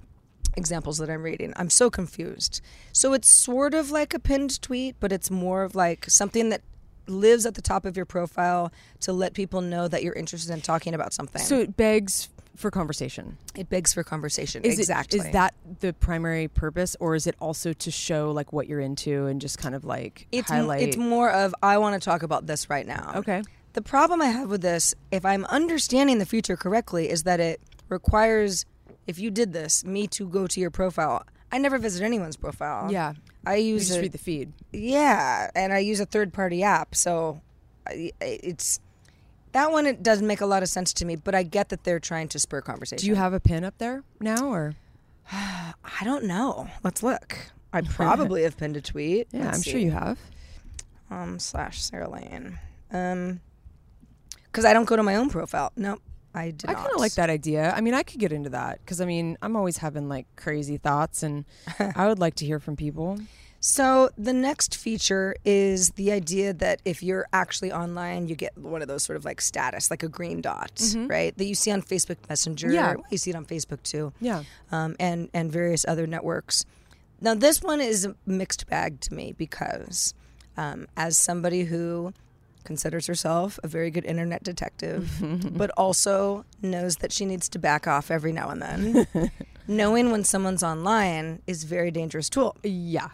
Speaker 1: examples that I'm reading. I'm so confused. So it's sort of like a pinned tweet, but it's more of like something that lives at the top of your profile to let people know that you're interested in talking about something.
Speaker 2: So it begs for conversation.
Speaker 1: it begs for conversation.
Speaker 2: Is it-
Speaker 1: exactly.
Speaker 2: is that the primary purpose, or is it also to show like what you're into and just kind of like
Speaker 1: it's m-
Speaker 2: highlight?
Speaker 1: it's more of I want to talk about this right now.
Speaker 2: okay.
Speaker 1: The problem I have with this, if I'm understanding the feature correctly, is that it requires, if you did this, me to go to your profile. I never visit anyone's profile.
Speaker 2: Yeah.
Speaker 1: I
Speaker 2: You
Speaker 1: use
Speaker 2: just
Speaker 1: a-
Speaker 2: read the feed.
Speaker 1: yeah, and I use a third party app, so I- I- it's that one. It doesn't make a lot of sense to me, but I get that they're trying to spur conversation.
Speaker 2: Do you have a pin up there now, or
Speaker 1: I don't know. Let's look. I probably have pinned a tweet.
Speaker 2: yeah,
Speaker 1: Let's
Speaker 2: I'm
Speaker 1: see.
Speaker 2: sure you have.
Speaker 1: um slash Sarah Lane. Um, because I don't go to my own profile. Nope, I did.
Speaker 2: I
Speaker 1: not.
Speaker 2: kind of like that idea. I mean, I could get into that because I mean, I'm always having like crazy
Speaker 1: <laughs>
Speaker 2: thoughts, and I would like to hear from people.
Speaker 1: So the next feature is the idea that if you're actually online, you get one of those sort of like status, like a green dot, right? That you see on Facebook Messenger.
Speaker 2: Mm-hmm. Yeah.
Speaker 1: you see it on Facebook too.
Speaker 2: Yeah.
Speaker 1: um, and and various other networks. Now, this one is a mixed bag to me because, um, as somebody who considers herself a very good internet detective,
Speaker 2: <laughs>
Speaker 1: but also knows that she needs to back off every now and
Speaker 2: <laughs>
Speaker 1: then, knowing when someone's online is a very dangerous tool,
Speaker 2: Yeah.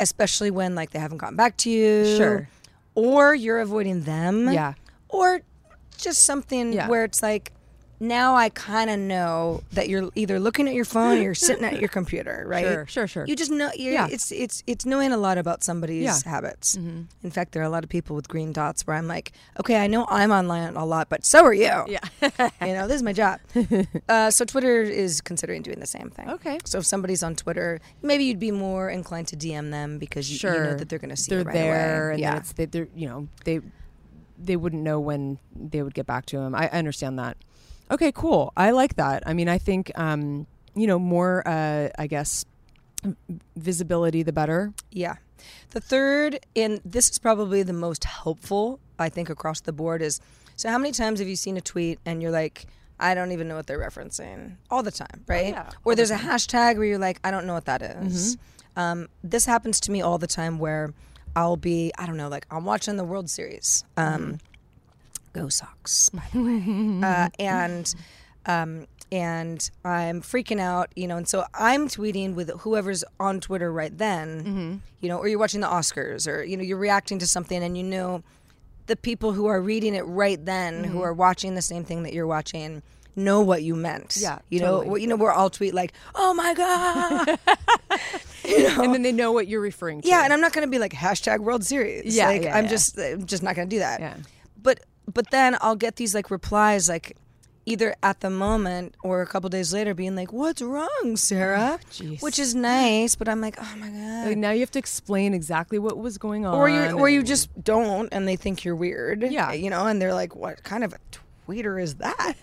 Speaker 1: especially when like they haven't gotten back to you,
Speaker 2: Sure.
Speaker 1: or you're avoiding them,
Speaker 2: Yeah.
Speaker 1: or just something
Speaker 2: Yeah.
Speaker 1: where it's like now I kind of know that you're either looking at your phone or
Speaker 2: <laughs>
Speaker 1: you're sitting at your computer, right?
Speaker 2: Sure, sure, sure.
Speaker 1: You just know you're,
Speaker 2: Yeah.
Speaker 1: it's it's it's knowing a lot about somebody's
Speaker 2: Yeah. Mm-hmm.
Speaker 1: habits. In fact, there are a lot of people with green dots where I'm like, okay, I know I'm online a lot, but so are you. Yeah. <laughs> you know, this is my
Speaker 2: <laughs>
Speaker 1: job. Uh, so Twitter is considering doing the same thing.
Speaker 2: Okay.
Speaker 1: So if somebody's on Twitter, maybe you'd be more inclined to DM them because you,
Speaker 2: Sure.
Speaker 1: you know that they're going to see
Speaker 2: they're
Speaker 1: it right
Speaker 2: there,
Speaker 1: away.
Speaker 2: and
Speaker 1: yeah.
Speaker 2: then it's they, they're you know they they wouldn't know when they would get back to him. I, I understand that. Okay, cool. I like that. I mean, I think um, you know more. Uh, I guess visibility, the better.
Speaker 1: Yeah. The third, and this is probably the most helpful, I think, across the board is so how many times have you seen a tweet and you're like, I don't even know what they're referencing? All the time, right? Or there's a hashtag where you're like, I don't know what that is. Um, this happens to me all the time where I'll be, I don't know, like I'm watching the World Series.
Speaker 2: Mm-hmm.
Speaker 1: Um, Go Sox, by the way.
Speaker 2: <laughs>
Speaker 1: uh, and um, and I'm freaking out, you know. And so I'm tweeting with whoever's on Twitter right then,
Speaker 2: Mm-hmm.
Speaker 1: you know, or you're watching the Oscars, or you know, you're reacting to something, and you know, the people who are reading it right then,
Speaker 2: Mm-hmm.
Speaker 1: who are watching the same thing that you're watching. Know what you meant,
Speaker 2: Yeah,
Speaker 1: You know,
Speaker 2: totally.
Speaker 1: we- you know, we're all tweet like, "Oh my
Speaker 2: <laughs>
Speaker 1: god!" <laughs>
Speaker 2: And then they know what you're referring to.
Speaker 1: yeah, and I'm not going to be like hashtag World Series.
Speaker 2: Yeah,
Speaker 1: like,
Speaker 2: yeah,
Speaker 1: I'm
Speaker 2: yeah.
Speaker 1: just, I'm just not going to do that
Speaker 2: Yeah.
Speaker 1: but but then I'll get these like replies like either at the moment or a couple days later being like what's wrong Sarah
Speaker 2: Oh, jeez.
Speaker 1: which is nice but I'm like oh my god
Speaker 2: Like, now you have to explain exactly what was going on.
Speaker 1: or you or you
Speaker 2: and-
Speaker 1: just don't and they think you're weird
Speaker 2: Yeah.
Speaker 1: you know and they're like what kind of a tweeter is
Speaker 2: <laughs>
Speaker 1: that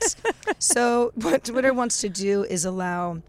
Speaker 1: so what Twitter wants to do is allow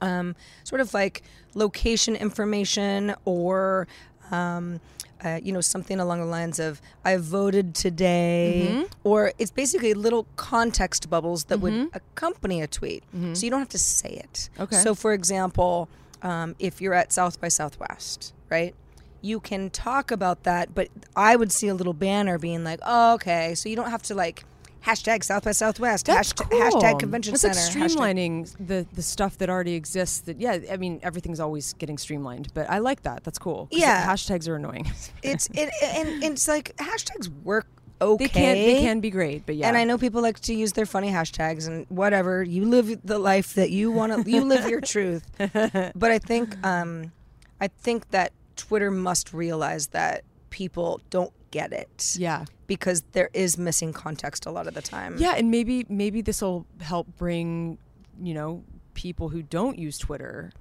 Speaker 1: um, sort of like location information or um, uh, you know something along the lines of i voted today
Speaker 2: Mm-hmm.
Speaker 1: or it's basically little context bubbles that would accompany a tweet so you don't have to say it
Speaker 2: Mm-hmm. Okay.
Speaker 1: so for example um, if you're at south by southwest right you can talk about that but i would see a little banner being like oh, okay so you don't have to like hashtag south by southwest
Speaker 2: That's
Speaker 1: hashtag,
Speaker 2: cool.
Speaker 1: hashtag convention
Speaker 2: That's
Speaker 1: center
Speaker 2: Like
Speaker 1: hashtag-
Speaker 2: streamlining the the stuff that already exists. That yeah, I mean everything's always getting streamlined, but I like that. That's cool. 'cause
Speaker 1: Yeah.
Speaker 2: hashtags are annoying. <laughs>
Speaker 1: it's it, and, and it's like hashtags work okay.
Speaker 2: They can they can be great, but yeah.
Speaker 1: And I know people like to use their funny hashtags and whatever. You live the life that you want to. You live your
Speaker 2: <laughs>
Speaker 1: truth. But I think um, I think that Twitter must realize that people don't get it.
Speaker 2: Yeah.
Speaker 1: Because there is missing context a lot of the time.
Speaker 2: Yeah, and maybe maybe this will help bring, you know, people who don't use Twitter.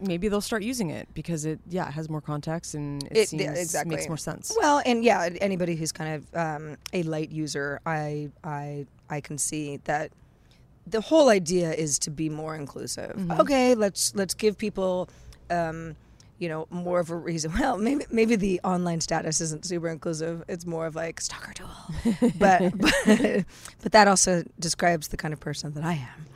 Speaker 2: Maybe they'll start using it because it yeah it has more context and it,
Speaker 1: It-
Speaker 2: seems
Speaker 1: yeah, exactly.
Speaker 2: makes more sense.
Speaker 1: Well, and yeah, anybody who's kind of um, a light user, I I I can see that the whole idea is to be more inclusive. Okay, let's let's give people, um, you know, more of a reason. <laughs> Well, maybe maybe the online status isn't super inclusive. It's more of like stalker tool, but <laughs> but, but that also describes the kind of person that I am.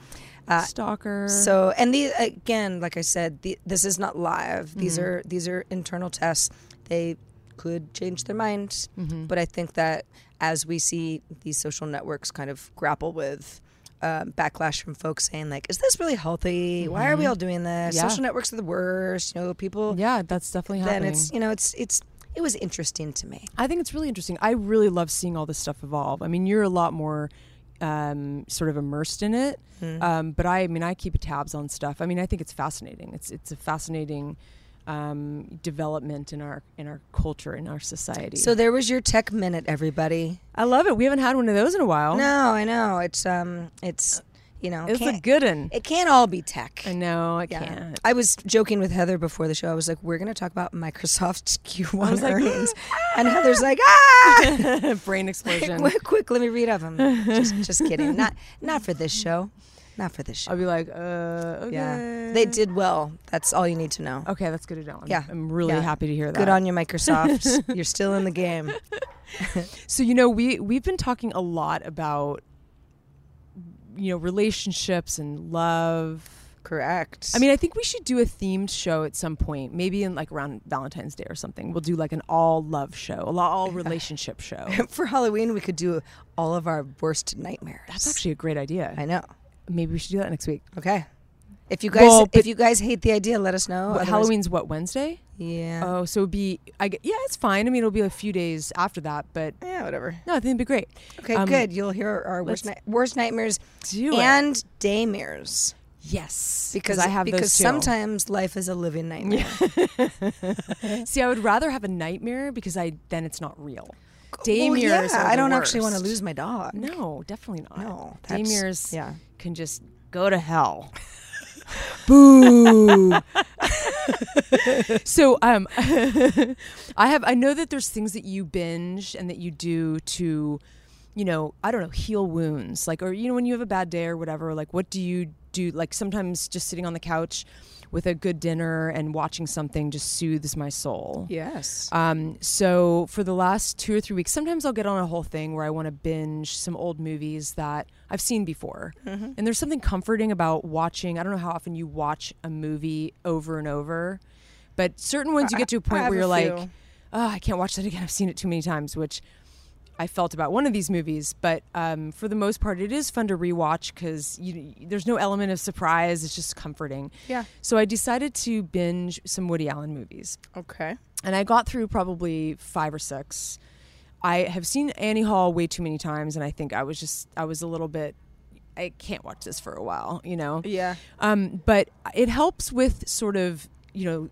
Speaker 1: Uh,
Speaker 2: Stalker.
Speaker 1: so, and the again, like I said, the, this is not live. These
Speaker 2: Mm-hmm.
Speaker 1: are these are internal tests. They could change their mind,
Speaker 2: Mm-hmm.
Speaker 1: but I think that as we see these social networks kind of grapple with um, backlash from folks saying like, "Is this really healthy? Why are we all doing this?
Speaker 2: Mm-hmm. Yeah.
Speaker 1: Social networks are the worst." You know, people.
Speaker 2: yeah, that's definitely
Speaker 1: Then
Speaker 2: happening.
Speaker 1: it's you know it's it's it was interesting to me.
Speaker 2: I think it's really interesting. I really love seeing all this stuff evolve. I mean, you're a lot more um, sort of immersed in it,
Speaker 1: Hmm.
Speaker 2: um, but I, I mean, I keep tabs on stuff. I mean, I think it's fascinating. It's it's a fascinating um, development in our in our culture in our society.
Speaker 1: So there was your tech minute, everybody.
Speaker 2: I love it. We haven't had one of those in a while.
Speaker 1: No, I know it's um it's you know
Speaker 2: it's Oh. a
Speaker 1: can't-
Speaker 2: good one.
Speaker 1: It can't all be tech.
Speaker 2: I know. I
Speaker 1: Yeah.
Speaker 2: can't.
Speaker 1: I was joking with Heather before the show. I was like, we're going to talk about Microsoft's <laughs> Q1
Speaker 2: like,
Speaker 1: earnings. and Heather's
Speaker 2: <laughs>
Speaker 1: like, ah! <laughs>
Speaker 2: Brain explosion.
Speaker 1: quick, quick, let me read of them. Just,
Speaker 2: <laughs>
Speaker 1: just kidding. Not, not for this show. Not for this show.
Speaker 2: I'll be like, uh, okay.
Speaker 1: Yeah. They did well. That's all you need to know.
Speaker 2: Okay, that's good to know. I'm,
Speaker 1: Yeah.
Speaker 2: I'm really
Speaker 1: Yeah.
Speaker 2: happy to hear that.
Speaker 1: Good on you,
Speaker 2: <laughs>
Speaker 1: Microsoft. You're still in the game.
Speaker 2: So you know, we we've been talking a lot about you know relationships and love.
Speaker 1: Correct.
Speaker 2: I mean, I think we should do a themed show at some point, maybe in like around Valentine's Day or something. We'll do like an all love show, a
Speaker 1: <laughs>
Speaker 2: lo- all relationship show.
Speaker 1: <laughs> for Halloween, we could do all of our worst nightmares.
Speaker 2: That's actually a great idea.
Speaker 1: I Oh, know.
Speaker 2: Maybe we should do that next week.
Speaker 1: Okay. If you guys,
Speaker 2: Well, but-
Speaker 1: if you guys hate the idea, let us know.
Speaker 2: What,
Speaker 1: Otherwise-
Speaker 2: Halloween's what Wednesday?
Speaker 1: Yeah.
Speaker 2: Oh, so it'd be I gue- yeah, it's fine. I mean, it'll be a few days after that, but
Speaker 1: yeah. Whatever.
Speaker 2: no, I think it'd be great.
Speaker 1: Okay,
Speaker 2: Um,
Speaker 1: good. You'll hear our worst, ni- worst nightmares
Speaker 2: do it.
Speaker 1: and daymares
Speaker 2: Yes,
Speaker 1: because
Speaker 2: I have
Speaker 1: because
Speaker 2: those too.
Speaker 1: sometimes life is a living
Speaker 2: <laughs>
Speaker 1: nightmare.
Speaker 2: See, I would rather have a nightmare because I then it's not real.
Speaker 1: Well,
Speaker 2: Daymares.
Speaker 1: yeah,
Speaker 2: are
Speaker 1: I
Speaker 2: the
Speaker 1: don't actually want to
Speaker 2: worst.
Speaker 1: lose my dog.
Speaker 2: No, definitely not.
Speaker 1: No, that's-
Speaker 2: daymares
Speaker 1: yeah.
Speaker 2: can just go
Speaker 1: <laughs>
Speaker 2: to hell. Boo. <laughs> so um <laughs> I have I know that there's things that you binge and that you do to you know, I don't know, heal wounds. Like or you know when you have a bad day or whatever, like what do you do like sometimes just sitting on the couch with a good dinner and watching something just soothes my soul.
Speaker 1: Yes.
Speaker 2: Um, so for the last two or three weeks, sometimes I'll get on a whole thing where I want to binge some old movies that I've seen before.
Speaker 1: Mm-hmm.
Speaker 2: And there's something comforting about watching. I don't know how often you watch a movie over and over, but certain ones you get to a point
Speaker 1: have
Speaker 2: where
Speaker 1: a
Speaker 2: you're like,
Speaker 1: few.
Speaker 2: oh, I can't watch that again. I've seen it too many times, which I felt about one of these movies. But um, for the most part, it is fun to rewatch because there's no element of surprise. It's just comforting.
Speaker 1: Yeah.
Speaker 2: So I decided to binge some Woody Allen movies
Speaker 1: okay.
Speaker 2: and I got through probably five or six. I have seen Annie Hall way too many times, and I think I was just I was a little bit I can't watch this for a while, you know.
Speaker 1: Yeah.
Speaker 2: Um, but it helps with sort of you know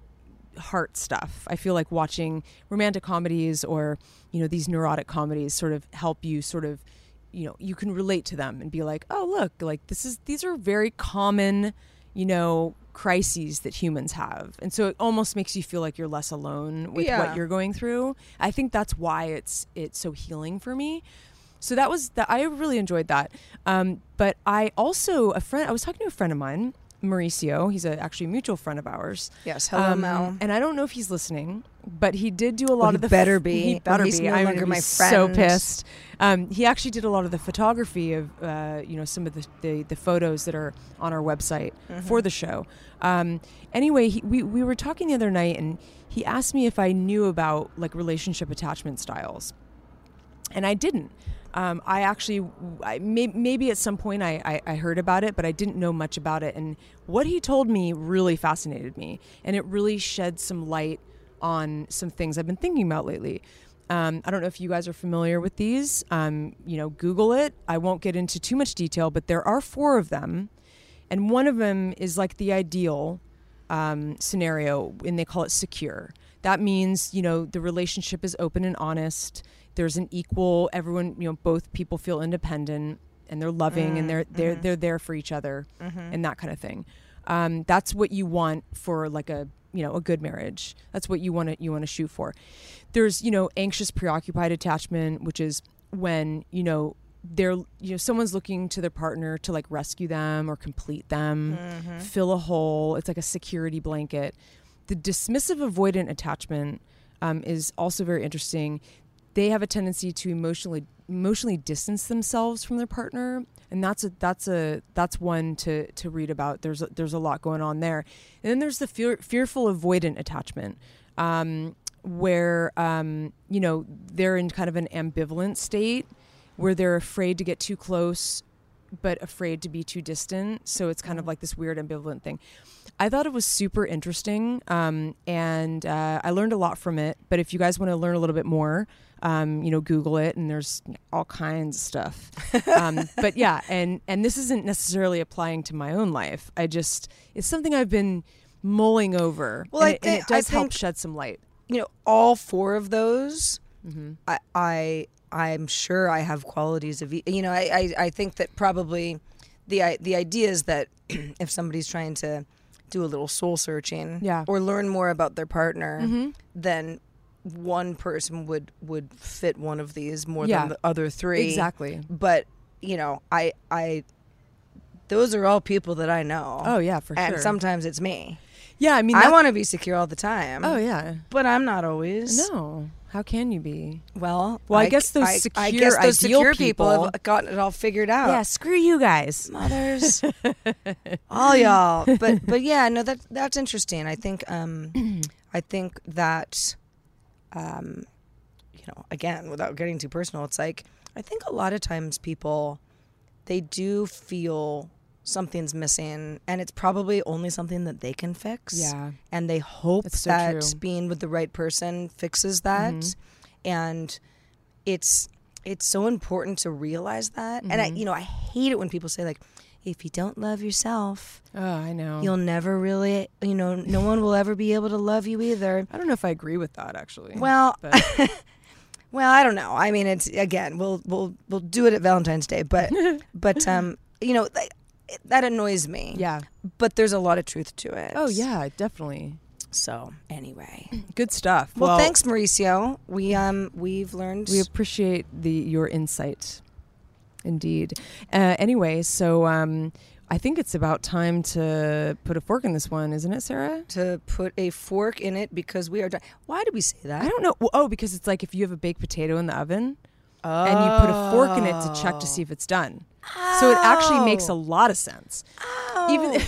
Speaker 2: heart stuff. I feel like watching romantic comedies or you know these neurotic comedies sort of help you sort of you know you can relate to them and be like, oh look, like this is these are very common you know crises that humans have, and so it almost makes you feel like you're less alone with
Speaker 1: Yeah.
Speaker 2: what you're going through. I think that's why it's it's so healing for me. So that was that. I really enjoyed that. Um, but I also a friend. I was talking to a friend of mine, Mauricio. He's a, actually a mutual friend of ours.
Speaker 1: Yes, hello,
Speaker 2: um,
Speaker 1: Mel.
Speaker 2: And I don't know if he's listening, but he did do a lot
Speaker 1: he
Speaker 2: of the.
Speaker 1: better be,
Speaker 2: He
Speaker 1: or
Speaker 2: better
Speaker 1: he's
Speaker 2: be.
Speaker 1: no
Speaker 2: I'm
Speaker 1: longer
Speaker 2: gonna be
Speaker 1: my
Speaker 2: So
Speaker 1: friend.
Speaker 2: pissed. Um, he actually did a lot of the photography of uh, you know some of the, the the photos that are on our website
Speaker 1: Mm-hmm.
Speaker 2: for the show. Um, anyway, he, we we were talking the other night, and he asked me if I knew about like relationship attachment styles and I didn't. Um, I actually, I, may, maybe at some point I, I, I heard about it, but I didn't know much about it. And what he told me really fascinated me, and it really shed some light on some things I've been thinking about lately. Um, I don't know if you guys are familiar with these. Um, you know, Google it. I won't get into too much detail, but there are four of them, and one of them is like the ideal um, scenario, and they call it secure. That means you know the relationship is open and honest. There's an equal. Everyone, you know, both people feel independent and they're loving and they're they're they're there for each other and that kind of thing. Um, that's what you want for like a you know a good marriage. That's what you want to you want to shoot for. There's you know anxious preoccupied attachment, which is when you know they're you know someone's looking to their partner to like rescue them or complete them fill a hole it's like a security blanket the dismissive avoidant attachment um, is also very interesting they have a tendency to emotionally emotionally distance themselves from their partner and that's a that's a that's one to to read about there's a, there's a lot going on there and then there's the fear, fearful avoidant attachment um, where um, you know they're in kind of an ambivalent state where they're afraid to get too close but afraid to be too distant so it's kind of
Speaker 1: Mm.
Speaker 2: like this weird ambivalent thing i thought it was super interesting um, and uh, i learned a lot from it but if you guys want to learn a little bit more um, you know google it and there's all kinds of stuff
Speaker 1: <laughs>
Speaker 2: um, but yeah and and this isn't necessarily applying to my own life i just it's something i've been mulling over
Speaker 1: Well,
Speaker 2: and,
Speaker 1: I
Speaker 2: it, and
Speaker 1: thi-
Speaker 2: it does
Speaker 1: I
Speaker 2: help
Speaker 1: think-
Speaker 2: shed some light
Speaker 1: you know all four of those
Speaker 2: Mm-hmm.
Speaker 1: I, I i'm sure i have qualities of e- you know I, I i think that probably the i- the idea is that <clears throat> if somebody's trying to do a little soul searching
Speaker 2: Yeah. Mm-hmm.
Speaker 1: or learn more about their partner then one person would would fit one of these more
Speaker 2: Yeah.
Speaker 1: than the other three
Speaker 2: Exactly.
Speaker 1: but you know i i those are all people that i know
Speaker 2: Oh, yeah, for
Speaker 1: and
Speaker 2: sure.
Speaker 1: sometimes it's me
Speaker 2: yeah i mean
Speaker 1: i
Speaker 2: that-
Speaker 1: want to be secure all the time
Speaker 2: oh yeah
Speaker 1: but i'm not always
Speaker 2: no how can you be
Speaker 1: well,
Speaker 2: Well, I guess those
Speaker 1: I
Speaker 2: secure
Speaker 1: guess those
Speaker 2: ideal
Speaker 1: secure people
Speaker 2: people-
Speaker 1: have got it all figured out.
Speaker 2: screw you guys
Speaker 1: mothers, <laughs> all y'all. But but yeah, no, that that's interesting. I think
Speaker 2: <clears throat>
Speaker 1: um, I think that um, you know, again, without getting too personal, it's like I think a lot of times people they do feel something's missing, and it's probably only something that they can fix.
Speaker 2: Yeah.
Speaker 1: and they hope
Speaker 2: That's so
Speaker 1: that
Speaker 2: true. Mm-hmm.
Speaker 1: being with the right person fixes that, and it's it's so important to realize that and i
Speaker 2: Mm-hmm.
Speaker 1: you know i hate it when people say like if you don't love yourself
Speaker 2: oh i know
Speaker 1: you'll never really you know
Speaker 2: <laughs>
Speaker 1: no one will ever be able to love you either
Speaker 2: I don't know if I agree with that actually.
Speaker 1: well <laughs>
Speaker 2: But-
Speaker 1: well i don't know i mean it's again we'll we'll we'll do it at valentine's day
Speaker 2: <laughs>
Speaker 1: but but um you know like, it- that annoys me
Speaker 2: yeah.
Speaker 1: but there's a lot of truth to it
Speaker 2: Oh yeah, definitely.
Speaker 1: so anyway
Speaker 2: Good stuff.
Speaker 1: well, thanks mauricio we um we've learned
Speaker 2: We appreciate the your insight. Indeed. Uh, anyway, so um, I think it's about time to put a fork in this one, isn't it, Sarah?
Speaker 1: to put a fork in it because we are done why do we say that
Speaker 2: I don't know. Oh, because it's like if you have a baked potato in the oven and you put a fork in it to check to see if it's done. So it actually makes
Speaker 1: Oh.
Speaker 2: a lot of sense. Even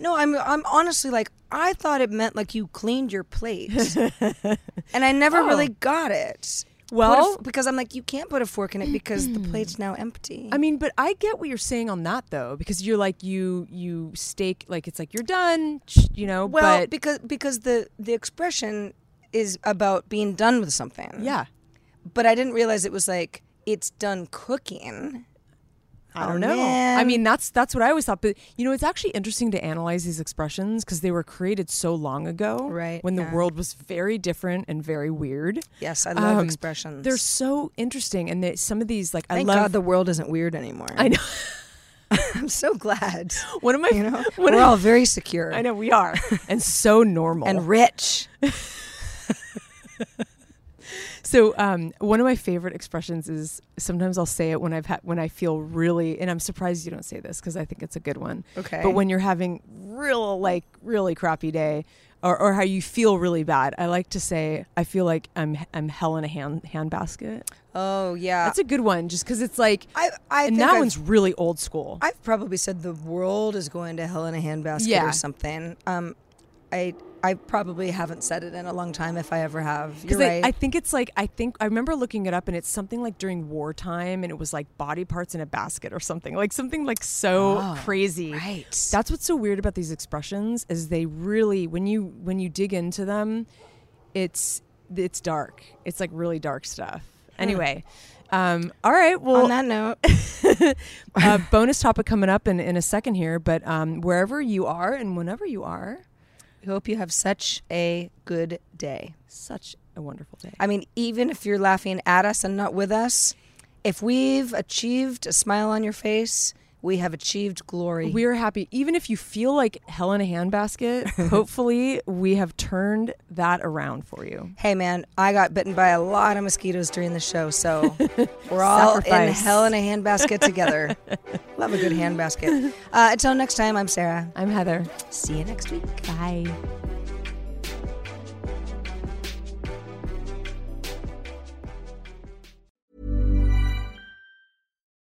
Speaker 1: No, I'm I'm honestly like I thought it meant like you cleaned your plate,
Speaker 2: <laughs>
Speaker 1: and I never really got it. Put a
Speaker 2: <laughs> Oh. Well-
Speaker 1: f- because I'm like you can't put a fork in it because
Speaker 2: <clears throat>
Speaker 1: the plate's now empty.
Speaker 2: I mean, but I get what you're saying on that though, because you're like you you stake like it's like you're done, sh- you know.
Speaker 1: well,
Speaker 2: but
Speaker 1: because because the the expression is about being done with something.
Speaker 2: yeah,
Speaker 1: but I didn't realize it was like it's done cooking.
Speaker 2: I
Speaker 1: Oh,
Speaker 2: don't know. I
Speaker 1: man.
Speaker 2: mean, that's that's what I always thought. But you know, it's actually interesting to analyze these expressions because they were created so long ago,
Speaker 1: Right,
Speaker 2: When
Speaker 1: yeah.
Speaker 2: the world was very different and very weird.
Speaker 1: Yes, I love
Speaker 2: Um,
Speaker 1: expressions.
Speaker 2: They're so interesting, and they, some of these, like
Speaker 1: Thank
Speaker 2: I love.
Speaker 1: God the world isn't weird anymore.
Speaker 2: <laughs> I know.
Speaker 1: I'm so glad.
Speaker 2: One of my.
Speaker 1: <laughs> You know, we're
Speaker 2: one of-
Speaker 1: all very secure.
Speaker 2: <laughs> I know we are, and so
Speaker 1: <laughs>
Speaker 2: normal
Speaker 1: and rich.
Speaker 2: So um, one of my favorite expressions is sometimes I'll say it when I've had when I feel really and I'm surprised you don't say this because I think it's a good one.
Speaker 1: Okay.
Speaker 2: But when you're having real like really crappy day or, or how you feel really bad, I like to say I feel like I'm I'm hell in a hand handbasket.
Speaker 1: Oh yeah,
Speaker 2: That's a good one just because it's like
Speaker 1: I- I
Speaker 2: and
Speaker 1: think
Speaker 2: that
Speaker 1: I've-
Speaker 2: one's really old school.
Speaker 1: I've probably said the world is going to hell in a handbasket
Speaker 2: Yeah.
Speaker 1: or something. Um, I I probably haven't said it in a long time if I ever have. You're
Speaker 2: Because I,
Speaker 1: right.
Speaker 2: I think it's like I think I remember looking it up and it's something like during wartime and it was like body parts in a basket or something like something like so crazy.
Speaker 1: Ah, right.
Speaker 2: That's what's so weird about these expressions is they really when you when you dig into them, it's it's dark. It's like really dark stuff. Anyway, um, all right.
Speaker 1: On
Speaker 2: Well,
Speaker 1: that <laughs> note,
Speaker 2: uh, bonus topic coming up in, in a second here, but um, wherever you are and whenever you are,
Speaker 1: we hope you have such a good day.
Speaker 2: such a wonderful day.
Speaker 1: I mean, even if you're laughing at us and not with us, if we've achieved a smile on your face, We have achieved glory.
Speaker 2: We're happy. Even if you feel like hell in a
Speaker 1: <laughs>
Speaker 2: handbasket, hopefully we have turned that around for you.
Speaker 1: hey, man, I got bitten by a lot of mosquitoes during the show, so we're all in
Speaker 2: Sacrifice.
Speaker 1: hell in a handbasket together. Love a good handbasket. Uh, until next time, I'm Sarah.
Speaker 2: I'm Heather.
Speaker 1: See you next week.
Speaker 2: Bye.